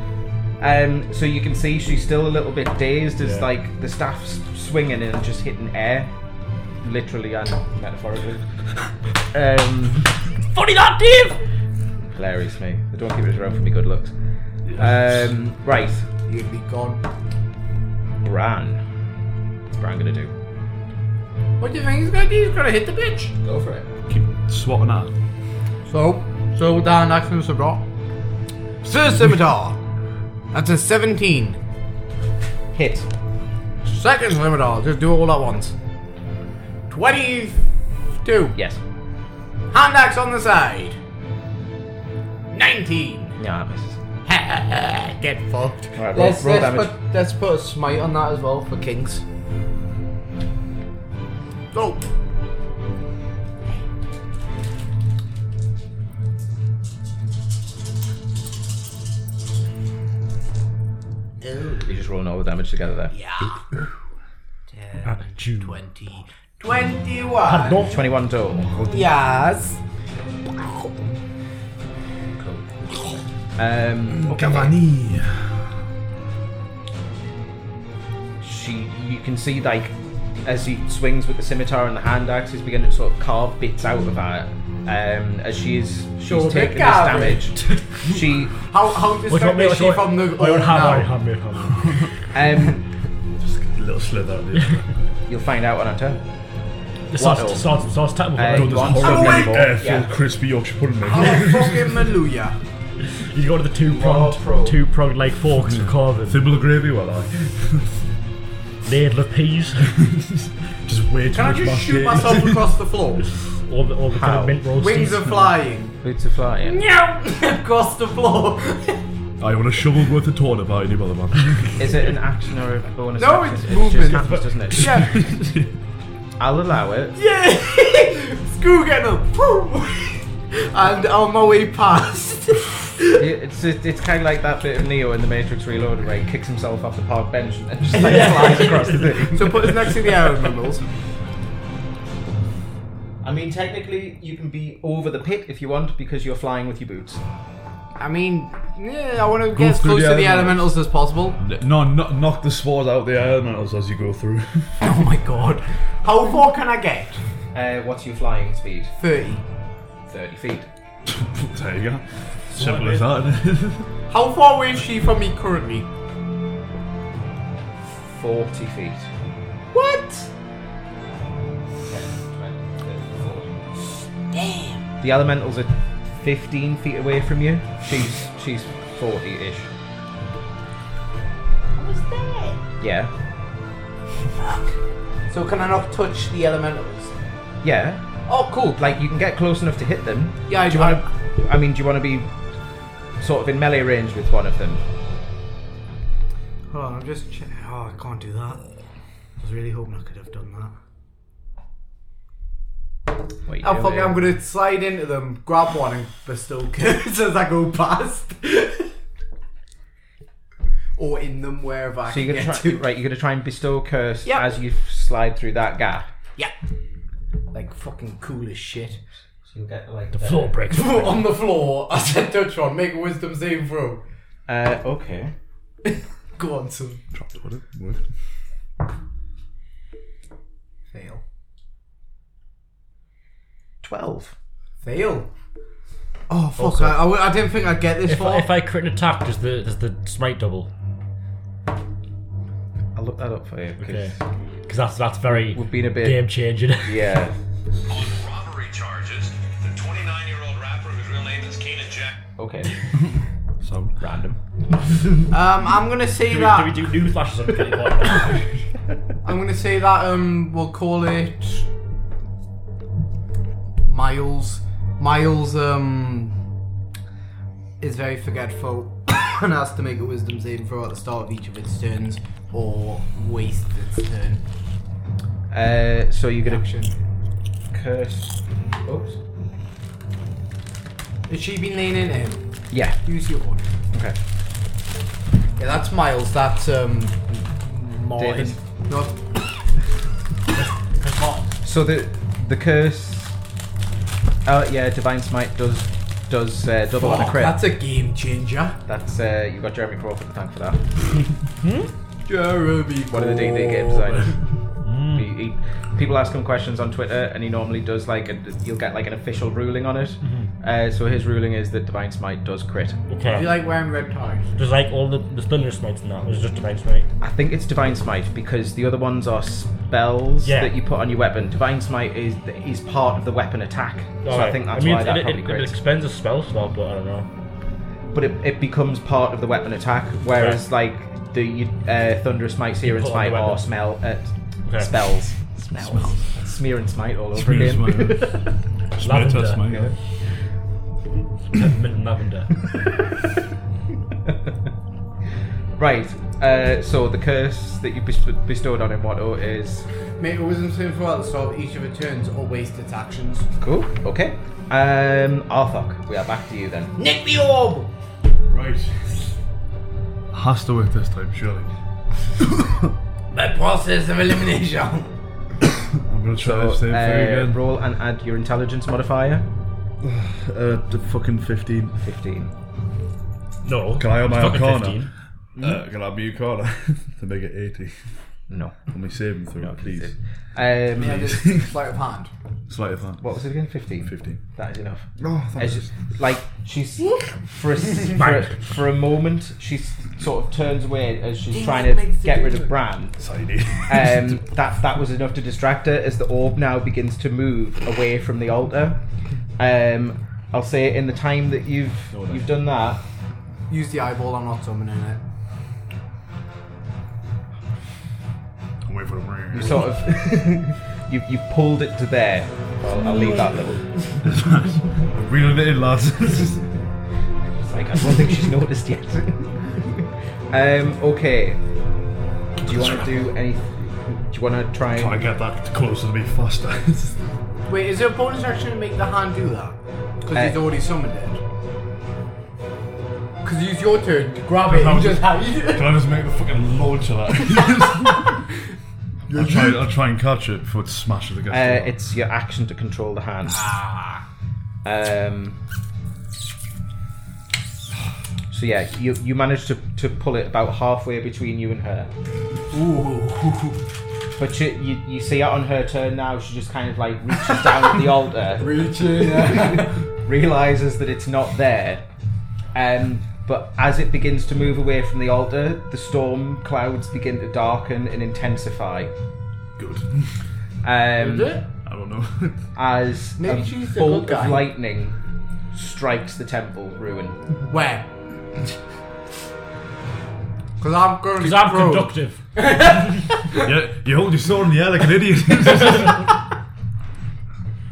Speaker 2: Um, so you can see she's still a little bit dazed as like the staff's swinging and just hitting air, literally and metaphorically. um,
Speaker 5: Funny that, Dave!
Speaker 2: hilarious me. They don't keep it around for me good looks. Um, right,
Speaker 6: You'd be gone.
Speaker 2: Bran. What's Bran gonna do?
Speaker 6: What do you think he's gonna do? He's gonna hit the bitch.
Speaker 2: Go for it.
Speaker 7: Keep swatting at. her.
Speaker 6: So, so down action Sabra. Sir Scimitar. That's a 17.
Speaker 2: Hit.
Speaker 6: Second Scimitar. Just do it all er at once. 22.
Speaker 2: Yes.
Speaker 6: Hand axe er on the side. 19.
Speaker 2: Yeah, that misses.
Speaker 6: Get fucked.
Speaker 2: Alright, roll- roll damage.
Speaker 6: Put, let's put a smite on that as well for kings. Oh.
Speaker 2: You just rolling all the damage together there.
Speaker 6: Yeah. 10, 20, 21.
Speaker 5: Pardon?
Speaker 2: Twenty-one total.
Speaker 6: Yes.
Speaker 2: Um,
Speaker 7: Cavani.
Speaker 2: she you can see like as he swings with the scimitar and the hand axe he's beginning to sort of carve bits out of her um, as she is she's
Speaker 6: Sure,
Speaker 2: taking this
Speaker 6: big carve.
Speaker 2: damage she
Speaker 6: How, how
Speaker 5: Which
Speaker 6: distracted
Speaker 5: one, mate?
Speaker 6: is
Speaker 5: Which
Speaker 6: she
Speaker 5: one?
Speaker 6: from the
Speaker 5: I
Speaker 6: old
Speaker 5: don't have I
Speaker 6: now?
Speaker 5: have me, have me.
Speaker 2: um,
Speaker 7: Just a little slither of the
Speaker 2: you'll find out on her turn
Speaker 5: It starts,
Speaker 2: Waddle.
Speaker 5: it starts, it starts tackle.
Speaker 2: Uh,
Speaker 7: Don't
Speaker 2: you want
Speaker 7: this horrible
Speaker 2: some
Speaker 6: many
Speaker 2: more?
Speaker 7: uh, full
Speaker 2: Yeah.
Speaker 7: crispy Yorkshire pudding, mate.
Speaker 6: Oh, fucking Maluya.
Speaker 5: you go to the two
Speaker 2: pro.
Speaker 5: pronged, two pronged like forks for carving.
Speaker 7: Thimble of gravy, well, I.
Speaker 5: Laid with peas.
Speaker 7: Just way too
Speaker 6: Can I
Speaker 7: much
Speaker 6: just
Speaker 7: mashed
Speaker 6: shoot
Speaker 7: potatoes.
Speaker 6: myself across the floor?
Speaker 5: all the, all the kind
Speaker 2: How?
Speaker 5: of mint roast.
Speaker 6: Wings are flying.
Speaker 2: boots are flying
Speaker 6: across the floor.
Speaker 7: I want a shovel worth of torn about any mother man.
Speaker 2: is it an action or a bonus
Speaker 6: No,
Speaker 2: action?
Speaker 6: it's
Speaker 2: It just
Speaker 6: movement.
Speaker 2: happens doesn't it
Speaker 6: yeah.
Speaker 2: I'll allow it
Speaker 6: Yeah. Screw get up. and on my way past.
Speaker 2: It- it's it's, it's kind of like that bit of Neo in the Matrix Reloaded where he kicks himself off the park bench and just like flies across the thing
Speaker 6: so put us next to the iron mammals.
Speaker 2: I mean technically you can be over the pit if you want because you're flying with your boots
Speaker 6: I mean, yeah, I want to get as
Speaker 7: through
Speaker 6: close
Speaker 7: the
Speaker 6: to the
Speaker 7: elementals.
Speaker 6: elementals as possible.
Speaker 7: no, no, knock the swords out the elementals as you go through.
Speaker 6: Oh my god. How far can I get?
Speaker 2: uh, what's your flying speed
Speaker 6: 30.
Speaker 2: 30 feet.
Speaker 7: there you go. Simple as that.
Speaker 6: How far away is she from me currently?
Speaker 2: 40 feet.
Speaker 6: What?
Speaker 2: 10, 20, 30, 40. Damn! The elementals are 15 feet away from you. She's she's 40 ish. I was there! Yeah.
Speaker 6: So can I not touch the elementals?
Speaker 2: Yeah.
Speaker 6: Oh, cool.
Speaker 2: Like, you can get close enough to hit them.
Speaker 6: Yeah, I
Speaker 2: Do you want to. I mean, do you want to be sort of in melee range with one of them?
Speaker 6: Hold on, I'm just. Che- oh, I can't do that. I was really hoping I could have done that.
Speaker 2: What you
Speaker 6: Oh fuck!
Speaker 2: doing?
Speaker 6: it, I'm gonna slide into them, grab one, and bestow curse as I go past, or in them wherever I
Speaker 2: So
Speaker 6: can
Speaker 2: you're gonna
Speaker 6: get
Speaker 2: try,
Speaker 6: to.
Speaker 2: right? You're gonna try and bestow curse
Speaker 6: Yep.
Speaker 2: as you slide through that gap.
Speaker 3: Yeah.
Speaker 6: Like fucking cool as shit.
Speaker 2: So you'll get like uh,
Speaker 5: Floor breaks.
Speaker 6: on the floor, I said, Dutron, make a wisdom saving throw.
Speaker 2: Uh, okay.
Speaker 6: Go on, son.
Speaker 7: Dropped it, would it? Would.
Speaker 6: Fail.
Speaker 2: Twelve.
Speaker 6: Fail. Oh, fuck. I, I, w- I didn't think I'd get this
Speaker 5: If,
Speaker 6: far.
Speaker 5: I- if I crit an attack, does the does the smite double?
Speaker 2: I'll look that up for you. 'cause-
Speaker 5: Okay. Because that's that's very
Speaker 2: We've been a bit-
Speaker 5: game changing.
Speaker 2: Yeah.
Speaker 8: on robbery charges. The 29-year-old rapper whose real name is Keenan Jack.
Speaker 2: Okay.
Speaker 7: So,
Speaker 2: Random.
Speaker 6: um, I'm gonna say
Speaker 5: do, we, do we
Speaker 6: that.
Speaker 5: do new flashes on the Kelly Pod?
Speaker 6: I'm gonna say that. Um, we'll call it Miles. Miles. Um, is very forgetful and has to make a wisdom saving throw at the start of each of its turns or waste its turn
Speaker 2: Uh, so you're gonna
Speaker 6: action.
Speaker 2: curse. Oops.
Speaker 6: Has she been laying in him?
Speaker 2: Yeah.
Speaker 6: Use your one.
Speaker 2: Okay.
Speaker 6: Yeah, that's Miles. That's um, Martin.
Speaker 2: David.
Speaker 6: Not
Speaker 2: So the the curse. Oh yeah, divine smite does does uh, double on a
Speaker 6: Fuck,
Speaker 2: crit.
Speaker 6: That's a game changer.
Speaker 2: That's uh, you got Jeremy Crawford to thank for that.
Speaker 6: Jeremy.
Speaker 2: One of the D&D
Speaker 6: Oh.
Speaker 2: game designers. He, he, people ask him questions on Twitter, and he normally does like a, you'll get like an official ruling on it. Uh, so his ruling is that divine smite does crit.
Speaker 6: Do
Speaker 5: okay.
Speaker 6: you like wearing red ties?
Speaker 5: Does like all the, the thunder smites and that was just divine smite.
Speaker 2: I think it's divine smite because the other ones are spells
Speaker 5: Yeah.
Speaker 2: that you put on your weapon. Divine smite is is part of the weapon attack, so I
Speaker 5: Alright.
Speaker 2: think that's
Speaker 5: I mean,
Speaker 2: why
Speaker 5: it,
Speaker 2: that
Speaker 5: it,
Speaker 2: probably
Speaker 5: it, it
Speaker 2: crits.
Speaker 5: expends a spell slot, but I don't know.
Speaker 2: but it, it becomes part of the weapon attack. Whereas like the uh, thunderous smite, sear and
Speaker 5: put on the
Speaker 2: smite, or smell
Speaker 5: weapon.
Speaker 2: uh,
Speaker 5: Okay.
Speaker 2: spells, smells, smear and smite all over
Speaker 7: Smear and
Speaker 2: again.
Speaker 7: smite,
Speaker 5: Lavender.
Speaker 7: that's mine.
Speaker 5: Mint and lavender.
Speaker 2: Right. Uh, so the curse that you best- bestowed on him, Watto, is
Speaker 6: Make a wisdom saving throw at the start of each of its turns or waste its actions.
Speaker 2: cool. Okay. Um, Arthok, we are back to you then.
Speaker 6: Nick the orb!
Speaker 7: Right. Has to work this time, surely.
Speaker 6: The process of elimination.
Speaker 7: I'm gonna try
Speaker 2: So,
Speaker 7: this same thing
Speaker 2: uh,
Speaker 7: again.
Speaker 2: roll and add your intelligence modifier.
Speaker 7: Uh, the fucking 15.
Speaker 2: Fifteen.
Speaker 5: No.
Speaker 7: Can I have my
Speaker 5: Fucking
Speaker 7: Arcana?
Speaker 5: 15.
Speaker 7: Uh, can I be your corner to make it 80?
Speaker 2: No.
Speaker 7: Let me save him through, please.
Speaker 6: yeah,
Speaker 2: Um,
Speaker 6: just sleight of hand.
Speaker 7: Slight of hand.
Speaker 2: what was it again? Fifteen.
Speaker 7: 15.
Speaker 2: That is enough.
Speaker 7: Oh,
Speaker 2: It's just, like she's for a, s- for, a, for a moment she s- sort of turns away as she's trying to get rid of Bran. Um, that that was enough to distract her as the orb now begins to move away from the altar. Um, I'll say in the time that you've you've done that,
Speaker 6: Use the eyeball, I'm not summoning it.
Speaker 7: I'm waiting for him.
Speaker 2: you sort of you you pulled it to there. I'll, I'll leave that little.
Speaker 7: Reeling it in, lads.
Speaker 2: It's like I don't think she's noticed yet. um, okay. Do you want to do any? Do you want to try?
Speaker 7: Try
Speaker 2: And,
Speaker 7: to get that closer to me faster.
Speaker 6: Wait, is there a bonus action to make the hand do that? Because
Speaker 2: Uh,
Speaker 6: he's already summoned it. Because use your turn to grab it
Speaker 7: That
Speaker 6: and
Speaker 7: was-
Speaker 6: just have
Speaker 7: can I just make the fucking launch of that? I'll, try, I'll try and catch it before it smashes against
Speaker 2: uh,
Speaker 7: the wall.
Speaker 2: it's your action to control the hand. Um. So yeah, you you managed to, to pull it about halfway between you and her,
Speaker 6: Ooh.
Speaker 2: but you, you you see it on her turn now. She just kind of like reaches down at the altar.
Speaker 6: Reaching.
Speaker 2: realizes that it's not there. Um, but as it begins to move away from the altar, the storm clouds begin to darken and intensify.
Speaker 7: Good.
Speaker 2: Um,
Speaker 7: I don't know.
Speaker 2: as
Speaker 6: Maybe
Speaker 2: a
Speaker 6: she's the
Speaker 2: bolt
Speaker 6: good guy.
Speaker 2: of lightning strikes the temple ruin.
Speaker 6: Where? Because I'm currently
Speaker 5: Because I'm
Speaker 6: prone.
Speaker 5: conductive.
Speaker 7: yeah, you hold your sword in the air like an idiot.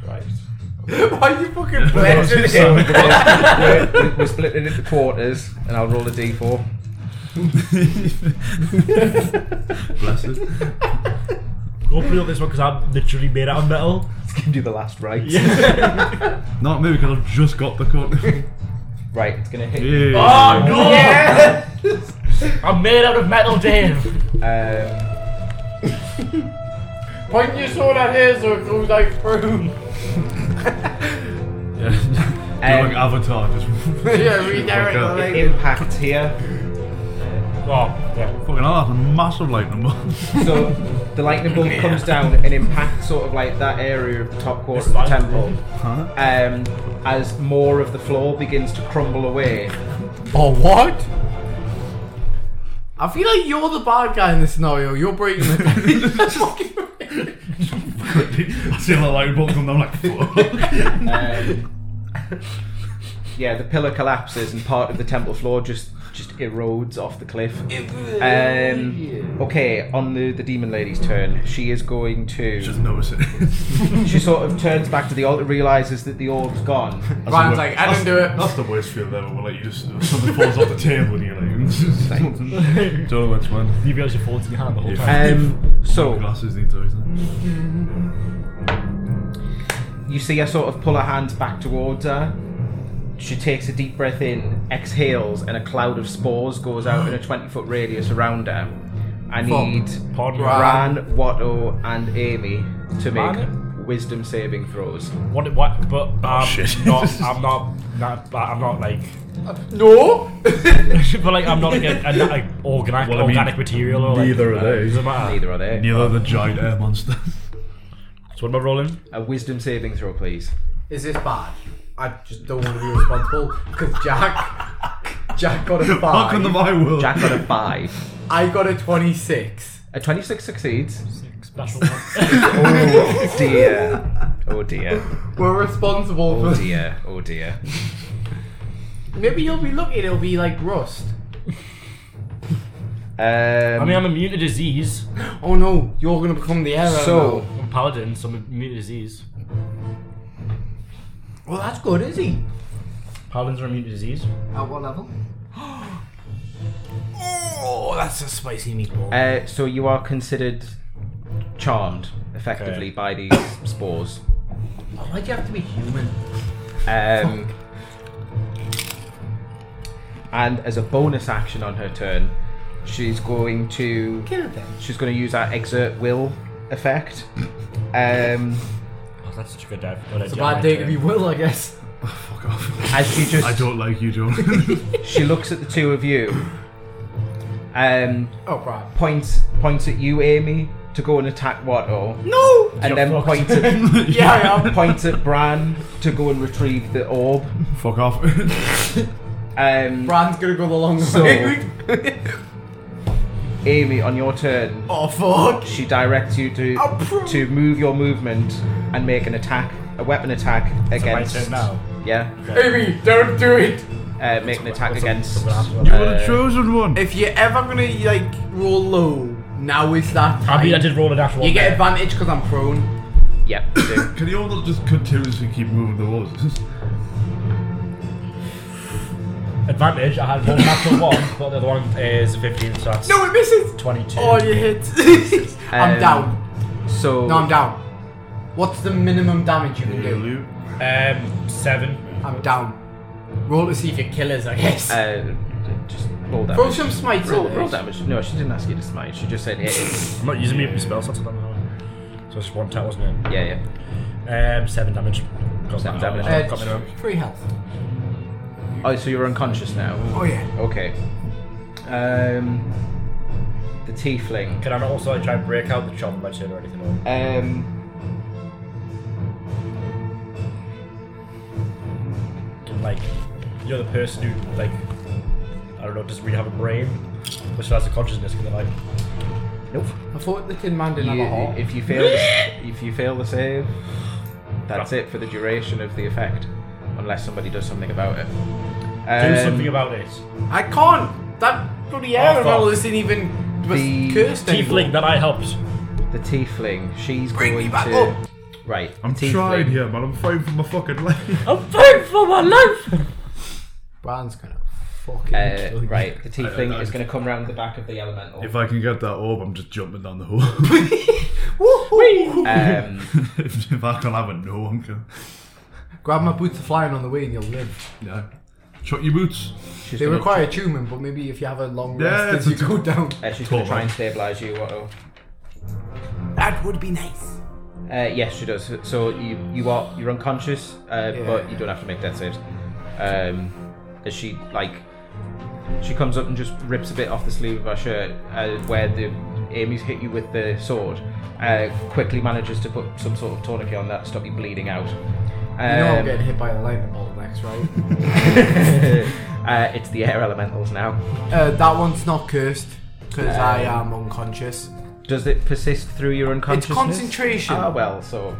Speaker 2: Right.
Speaker 6: Why are you fucking
Speaker 7: That's
Speaker 6: blasting
Speaker 7: just
Speaker 6: him?
Speaker 7: so good.
Speaker 2: we're, we're splitting it into quarters, and I'll roll a d4.
Speaker 7: Bless it.
Speaker 5: Go put up this one because I'm literally made out of metal.
Speaker 2: Let's give you the last right.
Speaker 7: Not me because I've just got the cut.
Speaker 2: Right, it's gonna hit.
Speaker 7: yeah.
Speaker 5: Oh no! Oh, I'm made out of metal, Dave.
Speaker 2: Um,
Speaker 6: Point your sword at here so it goes like through.
Speaker 4: Yeah. You're like Avatar, just
Speaker 6: yeah, redirect the
Speaker 4: Okay.
Speaker 6: lady.
Speaker 2: Impact here.
Speaker 5: Oh, yeah.
Speaker 4: fucking hell, that's a massive lightning bolt.
Speaker 2: So the lightning bolt comes down and impacts sort of like that area of the top quarter of the
Speaker 5: This
Speaker 2: temple.
Speaker 4: Huh?
Speaker 2: Um, as more of the floor begins to crumble away.
Speaker 6: Oh, what? I feel like you're the bad guy in this scenario. You're breaking the.
Speaker 4: I see the lightning bolt come down, I'm like, fuck.
Speaker 2: Um, yeah, the pillar collapses and part of the temple floor just just erodes off the cliff. Um, okay, on the the demon lady's turn, she is going
Speaker 4: just
Speaker 2: to.
Speaker 4: notice it.
Speaker 2: She sort of turns back to the altar, realizes that the orb's gone.
Speaker 6: Brian's like, I didn't do it.
Speaker 4: That's the worst feeling ever, when like, you just, something falls off the table and you're like, "Mm, don't know which one.
Speaker 5: You guys are falling in your hand the whole
Speaker 4: Yeah.
Speaker 5: time.
Speaker 2: Um, so
Speaker 4: Glasses need to, isn't it?
Speaker 2: You see her sort of pull her hands back towards her. She takes a deep breath in, exhales, and a cloud of spores goes out in a 20 foot radius around her. I
Speaker 6: Fuck.
Speaker 2: need
Speaker 5: Pardon me.
Speaker 2: Bran, Watto, and Amy to make
Speaker 5: Man.
Speaker 2: wisdom saving throws.
Speaker 5: What, what, but um, I'm
Speaker 4: shit.
Speaker 5: not, I'm not, not, I'm not like,
Speaker 6: No!
Speaker 5: but like, I'm not like, a, a, like organic,
Speaker 4: Well, I mean,
Speaker 5: organic material or like,
Speaker 4: neither are
Speaker 5: uh,
Speaker 4: they.
Speaker 5: Doesn't matter.
Speaker 2: Neither are they.
Speaker 4: Neither the giant air monster.
Speaker 5: So what am I rolling?
Speaker 2: A wisdom saving throw, please.
Speaker 6: Is this bad? I just don't want to be responsible because Jack, Jack got a
Speaker 4: Welcome to
Speaker 6: five.
Speaker 4: my world.
Speaker 2: Jack got a 5.
Speaker 6: I got a twenty-six.
Speaker 2: A 26 succeeds.
Speaker 5: Special one.
Speaker 2: Oh dear. Oh dear.
Speaker 6: We're responsible
Speaker 2: Oh
Speaker 6: for.
Speaker 2: dear. Oh dear.
Speaker 6: Maybe you'll be lucky. It'll be like rust.
Speaker 5: I
Speaker 2: Um,
Speaker 5: mean, I'm immune to disease.
Speaker 6: Oh no! You're gonna become the error.
Speaker 2: so,
Speaker 5: I'm a paladin, so I'm immune to disease.
Speaker 6: well, that's good, is he?
Speaker 5: Paladins are immune to disease.
Speaker 6: At what level? oh, that's a spicy meatball.
Speaker 2: Uh, so you are considered charmed, effectively,
Speaker 5: Okay.
Speaker 2: by these spores.
Speaker 6: Why do you have to be human?
Speaker 2: Um, and as a bonus action on her turn, she's going to
Speaker 6: Kill them.
Speaker 2: she's going to use that exert will effect. Um,
Speaker 5: Oh, that's such a good dive. What
Speaker 6: It's a bad day to be will, I guess.
Speaker 4: Fuck off.
Speaker 2: as she
Speaker 4: I
Speaker 2: just
Speaker 4: don't like you, John.
Speaker 2: she looks at the two of you, um,
Speaker 6: Oh, Brad.
Speaker 2: points points at you, Amy, to go and attack Watto,
Speaker 6: No.
Speaker 2: and then
Speaker 5: fucked.
Speaker 2: points at
Speaker 6: Yeah, I am.
Speaker 2: points at Bran to go and retrieve the orb.
Speaker 4: Fuck off.
Speaker 2: Um,
Speaker 6: Brad's gonna go the long
Speaker 2: So-
Speaker 6: way.
Speaker 2: Amy, on your turn,
Speaker 6: oh fuck!
Speaker 2: she directs you to
Speaker 6: Approve.
Speaker 2: to move your movement and make an attack, a weapon attack
Speaker 5: My
Speaker 2: against.
Speaker 5: turn now.
Speaker 2: Yeah,
Speaker 6: Amy, don't do it.
Speaker 2: uh, make an attack
Speaker 5: What's up-
Speaker 2: against.
Speaker 5: what's up with
Speaker 4: you
Speaker 5: that?
Speaker 4: were the chosen one.
Speaker 6: If you're ever gonna like roll low, now is that time.
Speaker 5: I mean, I did roll it after one.
Speaker 6: You get
Speaker 5: there.
Speaker 6: advantage because I'm prone.
Speaker 2: Yeah, you do.
Speaker 4: Can you all not just continuously keep moving the walls?
Speaker 5: advantage. I had one natural one, but the other one is 15, so that's
Speaker 6: No, it misses.
Speaker 5: 22.
Speaker 6: Oh, you hit. I'm
Speaker 2: Um, oh.
Speaker 6: down.
Speaker 2: So
Speaker 6: No, I'm down. What's the minimum damage you can do?
Speaker 4: Loot.
Speaker 5: Um, 7.
Speaker 6: I'm down. Roll to see if you're killers, I guess.
Speaker 2: uh, just roll damage.
Speaker 6: Throw some smites
Speaker 2: roll,
Speaker 6: in
Speaker 2: roll damage. No, she didn't ask you to smite. She just said hit. it.
Speaker 5: I'm not using my spell slots, I don't know. So it's one tap, wasn't
Speaker 2: yeah, yeah.
Speaker 5: it? Um, 7 damage. Got
Speaker 2: Seven
Speaker 5: that out.
Speaker 2: damage.
Speaker 5: I've
Speaker 6: Uh,
Speaker 5: got my number.
Speaker 6: three health.
Speaker 2: Oh, so you're unconscious now.
Speaker 6: Oh yeah.
Speaker 2: Okay. Um, the tiefling.
Speaker 5: Can I not also like, try and break out the chop of my turn or anything? Or...
Speaker 2: Um.
Speaker 5: Like, you're the person who, like, I don't know, doesn't really have a brain, but still has a consciousness, can they, like,
Speaker 2: Nope.
Speaker 6: I thought the Tin Man didn't
Speaker 2: You-
Speaker 6: have a heart.
Speaker 2: if you fail, the- if you fail the save, that's it for the duration of the effect, unless somebody does something about it.
Speaker 5: do
Speaker 2: Um,
Speaker 5: something about it?
Speaker 6: I can't. That bloody air and
Speaker 5: fuck.
Speaker 6: all this isn't even was
Speaker 2: Oh, The
Speaker 6: cursed anymore.
Speaker 5: Tiefling that I helped.
Speaker 2: the tiefling. She's
Speaker 6: Bring
Speaker 2: going
Speaker 6: me back
Speaker 2: to
Speaker 6: up.
Speaker 2: right.
Speaker 4: I'm
Speaker 2: tiefling.
Speaker 4: trying here, man. I'm fighting for my fucking life.
Speaker 5: I'm fighting for my life!
Speaker 6: Bran's gonna fucking
Speaker 2: Uh,
Speaker 6: kill you.
Speaker 2: right, the tiefling
Speaker 4: I-
Speaker 2: is going to come round the back of the elemental.
Speaker 4: If I can get that orb, I'm just jumping down the hole.
Speaker 6: Woohoo!
Speaker 2: Um,
Speaker 4: if, if I can have it, no one can.
Speaker 6: Grab my boots of flying on the way and you'll live.
Speaker 4: Yeah. Chuck your boots.
Speaker 2: she's
Speaker 6: They
Speaker 2: gonna-
Speaker 6: require tuning, but maybe if you have a long
Speaker 4: Yeah,
Speaker 6: rest,
Speaker 4: it's
Speaker 6: as
Speaker 4: a
Speaker 6: you go
Speaker 4: t-
Speaker 6: down.
Speaker 2: Uh, she's going to
Speaker 4: Twelve,
Speaker 2: try and
Speaker 4: huh?
Speaker 2: stabilize you. What?
Speaker 6: That would be nice.
Speaker 2: Uh, yes, she does. So you you are you're unconscious, uh, but you don't have to make death saves. Um, as she like, she comes up and just rips a bit off the sleeve of her shirt, uh, where the Amy's hit you with the sword. Uh, quickly manages to put some sort of tourniquet on that, to stop you bleeding out.
Speaker 6: You know I'm
Speaker 2: Um,
Speaker 6: getting hit by a lightning bolt next, right?
Speaker 2: uh, it's the air elementals now.
Speaker 6: uh, that one's not cursed because I
Speaker 2: Um,
Speaker 6: am unconscious.
Speaker 2: Does it persist through your
Speaker 6: It's
Speaker 2: unconsciousness?
Speaker 6: concentration.
Speaker 2: Ah, well, so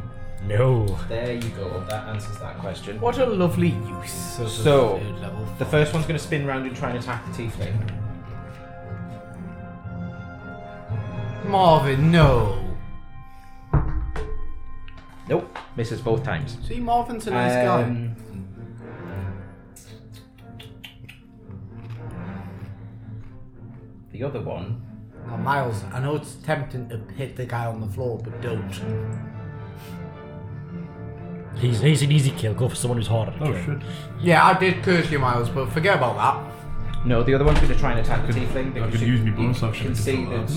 Speaker 5: No.
Speaker 2: there you go. That answers that question.
Speaker 3: What a lovely use of
Speaker 2: So-
Speaker 3: the third level.
Speaker 2: The first one's going to spin round and try and attack the tiefling.
Speaker 6: Marvin, no.
Speaker 2: Nope, misses both times.
Speaker 6: See, Marvin's a nice guy.
Speaker 2: Um, The other one.
Speaker 6: Now, Uh, Miles, I know it's tempting to hit the guy on the floor, but don't.
Speaker 5: He's, he's an easy kill. Go for someone who's harder to
Speaker 4: Oh
Speaker 5: kill.
Speaker 4: shit.
Speaker 6: Yeah, I did curse you, Miles, but forget about that.
Speaker 2: No, the other one's going to try and attack the tiefling because
Speaker 4: could
Speaker 2: you,
Speaker 4: use me
Speaker 2: you
Speaker 4: bonus action
Speaker 2: can
Speaker 4: to
Speaker 2: see
Speaker 4: control
Speaker 2: that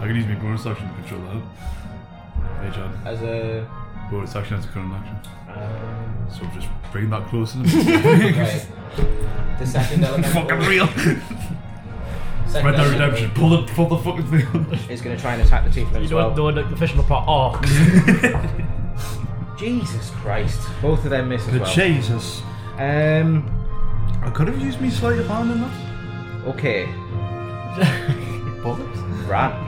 Speaker 4: I could use my bonus action to control that. Mage hand.
Speaker 2: as a.
Speaker 4: Bonus action as a current action.
Speaker 2: Um,
Speaker 4: So just bring that closer. Fucking
Speaker 2: right. The second element
Speaker 4: real.
Speaker 2: second
Speaker 4: Red Dead
Speaker 2: element
Speaker 4: Redemption. Pull the pull the fucking thing. on.
Speaker 2: is going to try and attack the tiefling
Speaker 5: You
Speaker 2: as
Speaker 5: know
Speaker 2: well.
Speaker 5: what? The one, like, the fish on the pot. Oh,
Speaker 2: Jesus Christ! Both of them miss as
Speaker 7: The
Speaker 2: well.
Speaker 7: Jesus.
Speaker 2: Um.
Speaker 7: I could have used me sleight of hand in that.
Speaker 2: Okay.
Speaker 6: Bollocks.
Speaker 2: Ran.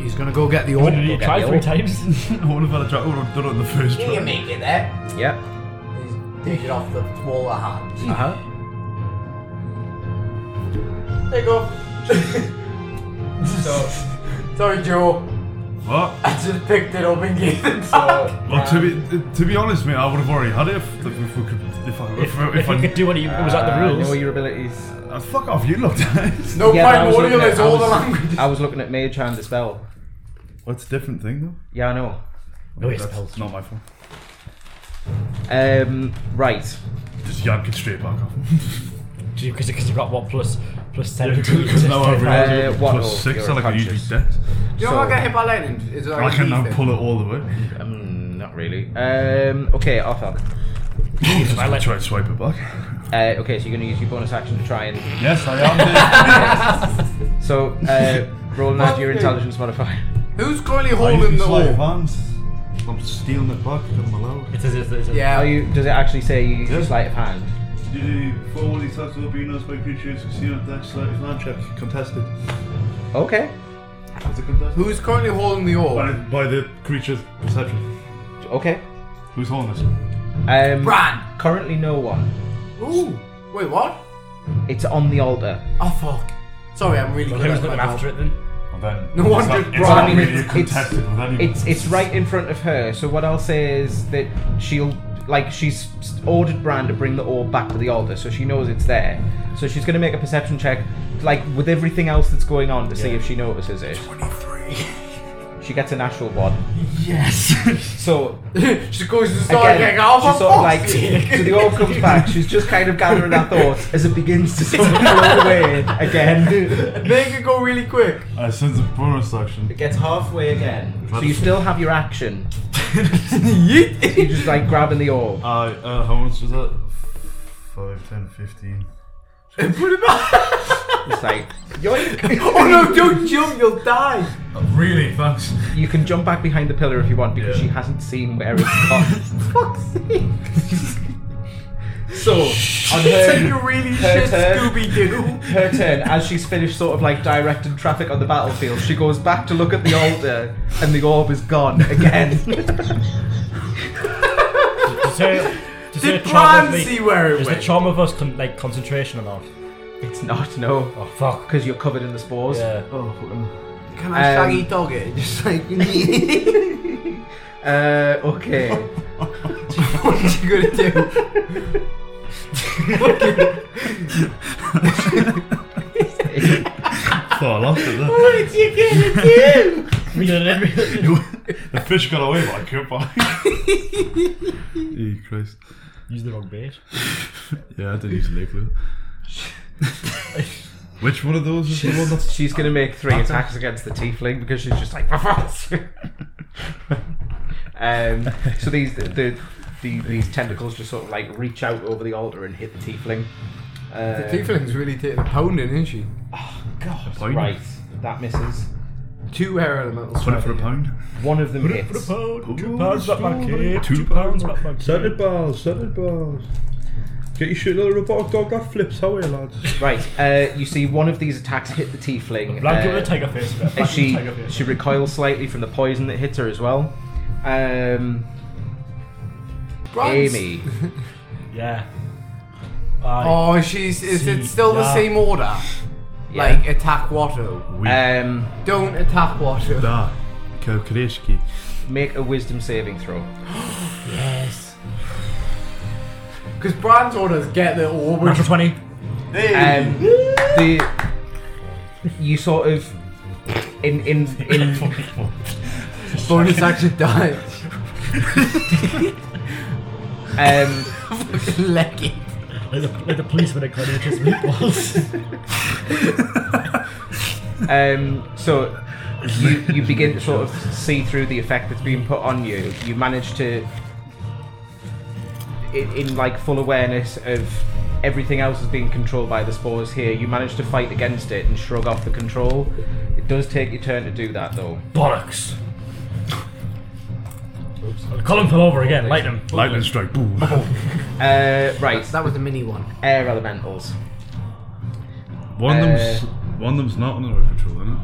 Speaker 6: He's gonna go get the orb.
Speaker 5: what did you
Speaker 2: get
Speaker 5: try
Speaker 2: the
Speaker 5: three
Speaker 2: old-
Speaker 5: times?
Speaker 4: I would have had a try. I would have done it in the first
Speaker 6: You
Speaker 4: try.
Speaker 6: make it there.
Speaker 2: Yep.
Speaker 6: He's taking off the wall of hands.
Speaker 2: Uh
Speaker 4: Uh-huh.
Speaker 2: huh.
Speaker 6: There you go. Sorry, Joe.
Speaker 4: What?
Speaker 6: I just picked it up and gave it back.
Speaker 4: Well, to be to be honest, mate, I would have already had it if, if we could. If I if, I-
Speaker 5: if you could do what he it was at the rules.
Speaker 2: Uh, Ah, know your abilities.
Speaker 4: I- fuck off, you looked at it.
Speaker 6: No
Speaker 2: Yeah, but I
Speaker 6: fine
Speaker 2: was
Speaker 6: warrior
Speaker 2: looking at-
Speaker 6: is
Speaker 2: I
Speaker 6: all the
Speaker 2: was-
Speaker 6: language.
Speaker 2: I was looking at Mage Hand the spell.
Speaker 7: What's a different thing though?
Speaker 2: Yeah, I know.
Speaker 5: No, it's
Speaker 4: That's
Speaker 5: spelled.
Speaker 4: not my fault.
Speaker 2: Um, right.
Speaker 4: Just yank it straight back off.
Speaker 5: Because you've got what plus plus seven. to-
Speaker 4: Because
Speaker 5: to-
Speaker 4: now I realise
Speaker 2: Uh,
Speaker 4: it
Speaker 2: what?
Speaker 4: plus six,
Speaker 2: You're
Speaker 4: and I could usually
Speaker 2: unconscious.
Speaker 4: dead.
Speaker 6: Do you know
Speaker 2: So-
Speaker 6: what I get hit by lightning? Is it
Speaker 4: I
Speaker 6: like
Speaker 4: can now
Speaker 6: leaf it?
Speaker 4: pull it all the way.
Speaker 2: Um, not really. Um, okay, Arthur.
Speaker 4: Just
Speaker 5: I let-
Speaker 4: try and swipe it back.
Speaker 2: Uh, okay, so you're going to use your bonus action to try and.
Speaker 4: Yes, I am.
Speaker 2: So, uh, roll now your intelligence modifier.
Speaker 6: Who's currently
Speaker 7: I used
Speaker 6: holding
Speaker 7: me
Speaker 6: the
Speaker 7: sleight of
Speaker 6: orb?
Speaker 7: hand. I'm stealing it back because I'm allowed.
Speaker 5: It is. It is. it is.
Speaker 2: Are
Speaker 6: Yeah.
Speaker 2: you? Does it actually say you use your
Speaker 7: Yeah.
Speaker 2: sleight of hand?
Speaker 7: Did you forward attacks will be noticed by creatures succeeding at deck sleight of hand checks? Contested.
Speaker 2: Okay.
Speaker 7: Is it contested?
Speaker 6: Who's currently holding the
Speaker 7: By,
Speaker 6: orb?
Speaker 7: by the creature's perception.
Speaker 2: Okay.
Speaker 7: Who's holding this?
Speaker 2: Um,
Speaker 6: Bran.
Speaker 2: currently, no one.
Speaker 6: Ooh. Wait, what?
Speaker 2: It's on the altar.
Speaker 6: Oh fuck. Sorry, I'm really good at my
Speaker 5: Who's looking
Speaker 6: job.
Speaker 5: after it then?
Speaker 4: Well, then,
Speaker 6: No
Speaker 4: it's
Speaker 6: wonder
Speaker 4: not- it's
Speaker 6: Brian-
Speaker 4: not
Speaker 2: I mean,
Speaker 4: really
Speaker 2: it's-
Speaker 4: contested with anyone.
Speaker 2: It's it's right in front of her. So what I'll say is that she'll like she's ordered Bran to bring the orb back to the altar, so she knows it's there. So she's going to make a perception check, like with everything else that's going on, to see if she notices it. Twenty-three. She gets a natural one. Yes. So
Speaker 6: she goes to start
Speaker 2: again,
Speaker 6: getting off
Speaker 2: she's
Speaker 6: her
Speaker 2: sort of like,
Speaker 6: fox.
Speaker 2: so the orb comes back. She's just kind of gathering her thoughts as it begins to sort of float away again.
Speaker 6: They can go really quick.
Speaker 4: I sense a Uh, bonus action.
Speaker 2: It gets halfway again. So you still have your action.
Speaker 6: Yeet.
Speaker 2: You're just like grabbing the orb.
Speaker 4: Uh, uh, how much was that? 5, 10, 15.
Speaker 6: Put it back.
Speaker 2: It's like, yoink!
Speaker 6: Oh no, don't jump, you'll die.
Speaker 4: Really? Thanks.
Speaker 2: You can jump back behind the pillar if you want because
Speaker 4: Yeah.
Speaker 2: she hasn't seen where it's gone.
Speaker 6: Fuck's sake.
Speaker 2: so, on
Speaker 6: It's like
Speaker 2: her,
Speaker 6: a really
Speaker 2: Her
Speaker 6: shit
Speaker 2: turn.
Speaker 6: Scooby Doo.
Speaker 2: her turn, as she's finished sort of like directing traffic on the battlefield, she goes back to look at the altar and the orb is gone again.
Speaker 5: Does her, does her
Speaker 6: Did Bran
Speaker 5: charm of
Speaker 6: see
Speaker 5: me,
Speaker 6: where it
Speaker 5: is the
Speaker 6: went?
Speaker 5: charm of us con- like concentration or not?
Speaker 2: it's not, no.
Speaker 5: Oh fuck.
Speaker 2: Because you're covered in the spores.
Speaker 5: Yeah.
Speaker 7: Oh, fucking.
Speaker 6: Can
Speaker 2: I Um, shaggy
Speaker 6: dog it? Just like
Speaker 2: Uh, okay.
Speaker 6: what you gonna do?
Speaker 4: Oh, I laughed at that.
Speaker 5: We did it. we did it.
Speaker 4: the fish got away, but I could back. hey, Christ.
Speaker 5: Use the wrong bait.
Speaker 4: Yeah, I didn't use a lake lure.
Speaker 7: Which one of those is the one that's
Speaker 2: She's going to make three attacks against the tiefling because she's just like, for fuck's sake." um, So these the, the, these tentacles just sort of like reach out over the altar and hit the tiefling. Uh,
Speaker 6: Tiefling's really taking a pounding, isn't she?
Speaker 2: God,
Speaker 4: pound.
Speaker 2: right. That misses.
Speaker 6: Two air elementals.
Speaker 4: Put it for a pound.
Speaker 2: One of them
Speaker 4: Put it
Speaker 2: hits.
Speaker 4: for a pound.
Speaker 5: Two pounds back my kid.
Speaker 4: Two
Speaker 5: Two pounds back my
Speaker 7: Send
Speaker 5: kid.
Speaker 7: it balls, send it balls. Get your shit little robot dog that flips away, lads.
Speaker 2: Right. Uh, you see one of these attacks hit the tiefling.
Speaker 5: Blanket
Speaker 2: uh,
Speaker 5: with a tiger face. bro.
Speaker 2: And
Speaker 5: Blanket
Speaker 2: she
Speaker 5: with a tiger face.
Speaker 2: she recoils slightly from the poison that hit her as well. Um,
Speaker 6: Bronze.
Speaker 2: Amy,
Speaker 5: Yeah. Aye.
Speaker 6: Oh, she's. Is it
Speaker 5: See,
Speaker 6: still the
Speaker 5: yeah.
Speaker 6: same order?
Speaker 2: Yeah.
Speaker 6: Like attack Watto.
Speaker 2: um,
Speaker 6: Don't attack Watto.
Speaker 7: Da, Kaukreshki.
Speaker 2: make a wisdom saving throw.
Speaker 5: Yes.
Speaker 6: Because Brand's orders get the orb.
Speaker 5: Natural
Speaker 6: which-
Speaker 5: 20.
Speaker 2: Um, the you sort of in in in
Speaker 6: Bonus action die.
Speaker 2: um,
Speaker 6: Leg it.
Speaker 5: Like the, like the policeman at Carnage meatballs.
Speaker 2: um, so you you begin to sort of see through the effect that's being put on you. You manage to in, in like full awareness of everything else is being controlled by the spores here. You manage to fight against it and shrug off the control. It does take your turn to do that though.
Speaker 5: Bollocks. Colin fell over again. Light him.
Speaker 4: Lightning strike. Boom.
Speaker 2: Uh, right,
Speaker 6: That was the mini one.
Speaker 2: air elementals.
Speaker 7: One of them's
Speaker 2: Uh,
Speaker 7: one of them's not under our control, isn't it?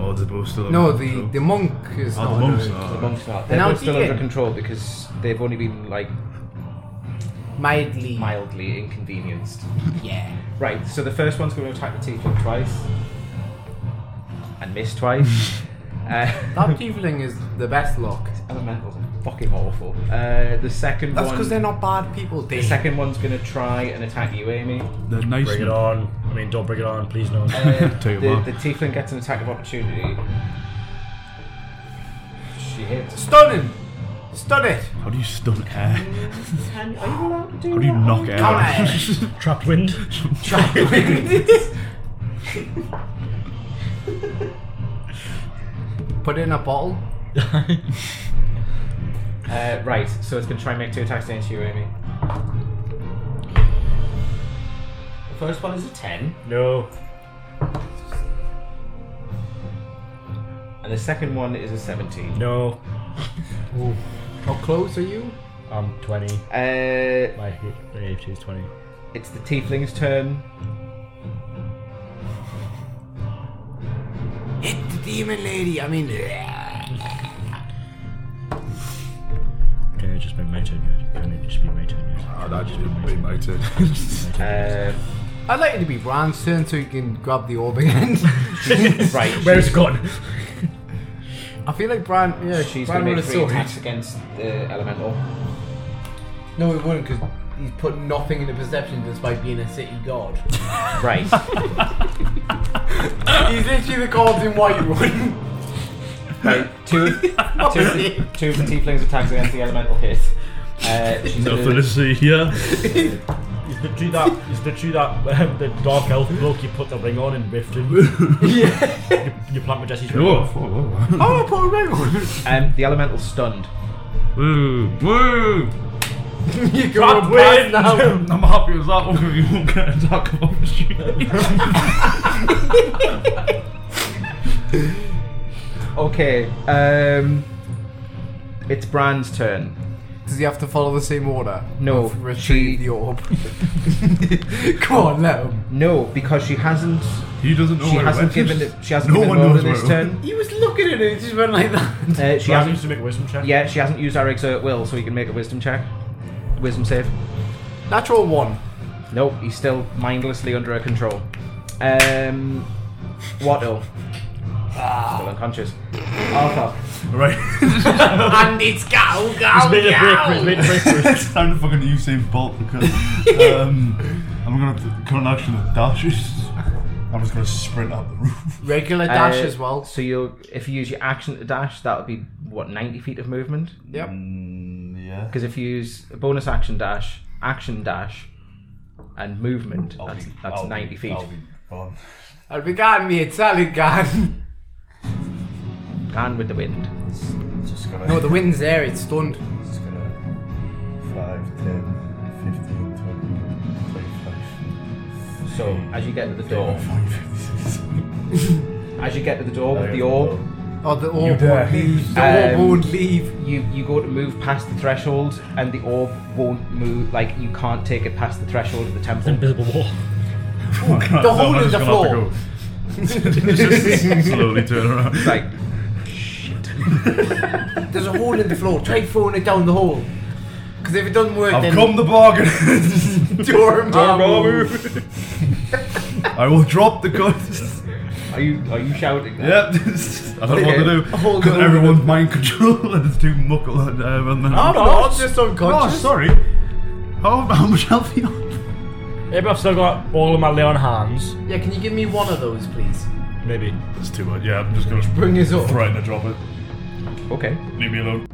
Speaker 7: Oh, they're both still. under
Speaker 6: No,
Speaker 7: our
Speaker 6: the,
Speaker 7: control.
Speaker 6: the monk is
Speaker 7: Oh,
Speaker 6: not.
Speaker 7: the mum's
Speaker 6: under-
Speaker 2: The
Speaker 7: not.
Speaker 2: monk's not. They're
Speaker 6: Now
Speaker 2: both still
Speaker 6: Deacon.
Speaker 2: under control because they've only been like
Speaker 6: Mildly.
Speaker 2: mildly inconvenienced.
Speaker 6: Yeah.
Speaker 2: Right, so the first one's going to attack the tiefling twice and miss twice. uh,
Speaker 6: That tiefling is the best lock.
Speaker 2: elementals are fucking awful. Uh, the second
Speaker 6: That's
Speaker 2: one.
Speaker 6: because they're not bad people,
Speaker 2: The
Speaker 6: Dave.
Speaker 2: second one's going to try and attack you, Amy.
Speaker 7: They're nice.
Speaker 5: Bring it
Speaker 7: and-
Speaker 5: on. I mean, don't bring it on, please no.
Speaker 2: Uh,
Speaker 7: Take 'em
Speaker 2: the,
Speaker 7: out.
Speaker 2: the tiefling gets an attack of opportunity. She hits.
Speaker 6: Stun him! Stun it!
Speaker 7: How do you stun air?
Speaker 2: Are you allowed to
Speaker 7: How do you knock air?
Speaker 6: Come
Speaker 7: out?
Speaker 5: Trapped wind.
Speaker 6: Put it in a bottle.
Speaker 2: Uh, right, so it's going to try and make two attacks against you, Amy. The first one is a 10,
Speaker 5: No.
Speaker 2: and the second one is a 17.
Speaker 5: No.
Speaker 6: How close are you?
Speaker 5: I'm 20.
Speaker 2: Uh,
Speaker 5: My HP is 20.
Speaker 2: it's the tiefling's turn.
Speaker 6: Hit the demon lady! I mean, yeah.
Speaker 5: Can it just be my turn yet? Can it just be my turn yet?
Speaker 4: Ah, that just been my turn.
Speaker 2: Uh,
Speaker 6: I'd like it to be Rand's turn so you can grab the orb again.
Speaker 2: right,
Speaker 5: Where's it gone?
Speaker 6: I feel like Bran, yeah,
Speaker 2: she's, she's
Speaker 6: Bran
Speaker 2: going to
Speaker 6: would
Speaker 2: make three
Speaker 6: have saw
Speaker 2: attacks
Speaker 6: it.
Speaker 2: against the elemental.
Speaker 6: No, it wouldn't because he's put nothing into perception despite being a city god.
Speaker 2: Right,
Speaker 6: he's literally the god in white one.
Speaker 2: right. Two, of, two, of the, two of the tiefling's attacks against the elemental hit. Uh, she's
Speaker 7: Nothing
Speaker 2: gonna-
Speaker 7: to see here.
Speaker 5: He's literally that. He's literally that. Um, the dark elf bloke. You put the ring on and whiffed him. yeah. You, you plant with Jesse's ring.
Speaker 7: Whoa, whoa,
Speaker 6: oh, I put a ring on
Speaker 2: um, the elemental's stunned.
Speaker 7: whoa. Woo, woo.
Speaker 6: You
Speaker 5: Trapped
Speaker 6: go
Speaker 5: wind.
Speaker 6: back now.
Speaker 7: I'm happy with that one because you won't get a dark opportunity.
Speaker 2: Okay, um, it's Bran's turn.
Speaker 6: Does he have to follow the same order?
Speaker 2: No,
Speaker 6: Of
Speaker 2: she-
Speaker 6: Retrieve the orb. Come on, let him.
Speaker 2: No, because she hasn't.
Speaker 7: He doesn't know
Speaker 2: She
Speaker 7: where it went.
Speaker 2: hasn't given. it- She hasn't
Speaker 7: No
Speaker 2: given
Speaker 7: one
Speaker 2: an order
Speaker 7: knows
Speaker 2: this
Speaker 7: where it
Speaker 2: turn.
Speaker 6: He was looking at it, just went like that.
Speaker 2: Uh, she
Speaker 5: Brad
Speaker 2: hasn't
Speaker 5: needs to make a wisdom check.
Speaker 2: Yeah, she hasn't used her exert will, so he can make a wisdom check. Wisdom save.
Speaker 6: Natural one.
Speaker 2: Nope, he's still mindlessly under her control. Um, Watto.
Speaker 6: Ah.
Speaker 2: Still unconscious. Arthur.
Speaker 4: right.
Speaker 6: and it's go, go,
Speaker 5: He's made a breakthrough. He's made a breakthrough.
Speaker 4: it's time to fucking Usain Bolt because um, I'm gonna put current action of dashes. I'm just gonna sprint up the roof.
Speaker 6: Regular dash
Speaker 2: Uh,
Speaker 6: as well.
Speaker 2: So you, if you use your action to dash, that would be what ninety feet of movement.
Speaker 6: Yep.
Speaker 4: Mm, yeah.
Speaker 2: Because if you use a bonus action dash, action dash, and movement,
Speaker 4: I'll
Speaker 2: that's,
Speaker 4: be-
Speaker 2: that's
Speaker 4: I'll be-
Speaker 2: 90 feet.
Speaker 4: I'll be on.
Speaker 6: I'll be gone, me. It's Sally gone.
Speaker 9: And with the wind.
Speaker 4: Just gonna.
Speaker 6: no, the wind's there. It's stunned.
Speaker 4: Just gonna. 5, 10, 15, 20, 25.
Speaker 9: So as you get to the door,
Speaker 4: 40, 50, 60.
Speaker 9: as you get to the door with the orb,
Speaker 6: Oh, the orb
Speaker 4: there.
Speaker 6: won't leave. The
Speaker 9: Um,
Speaker 6: orb won't leave.
Speaker 9: you you go to move past the threshold, and the orb won't move. Like you can't take it past the threshold of the temple.
Speaker 5: Invisible wall.
Speaker 4: Oh,
Speaker 6: The hole in the floor.
Speaker 4: just slowly turn around.
Speaker 9: Like
Speaker 6: There's a hole in the floor. Try throwing it down the hole. Because if it doesn't work,
Speaker 4: I've
Speaker 6: then
Speaker 4: come the bargain.
Speaker 6: Dormammu.
Speaker 4: I will drop the goods.
Speaker 9: are you are you shouting? that?
Speaker 4: Yep. I don't know what to do.
Speaker 6: Hold
Speaker 4: Because
Speaker 6: on.
Speaker 4: everyone's mind control and it's too muckle. And, uh, and then
Speaker 6: I'm not just
Speaker 4: Oh,
Speaker 6: unconscious.
Speaker 4: sorry. How, how much health are you on?
Speaker 5: Maybe I've still got all of my Leon hands.
Speaker 6: yeah, can you give me one of those, please?
Speaker 5: Maybe.
Speaker 4: That's too much. Yeah, I'm just going to
Speaker 6: Bring us up.
Speaker 4: threaten to drop it.
Speaker 9: Okay.
Speaker 4: Leave me alone.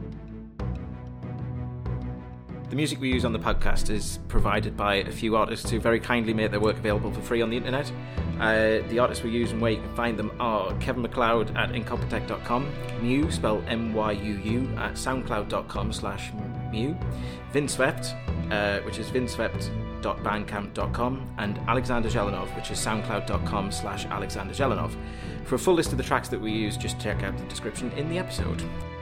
Speaker 2: The music we use on the podcast is provided by a few artists who very kindly make their work available for free on the internet. Uh, the artists we use and where you can find them are Kevin McLeod at incompetech.com, Mew, spelled M-Y-U-U, at soundcloud.com slash Mew, Vin Svept, uh, which is vinswept.bandcamp.com, and Alexander Zelenov, which is soundcloud.com slash Alexander Zelenov. For a full list of the tracks that we use, just check out the description in the episode.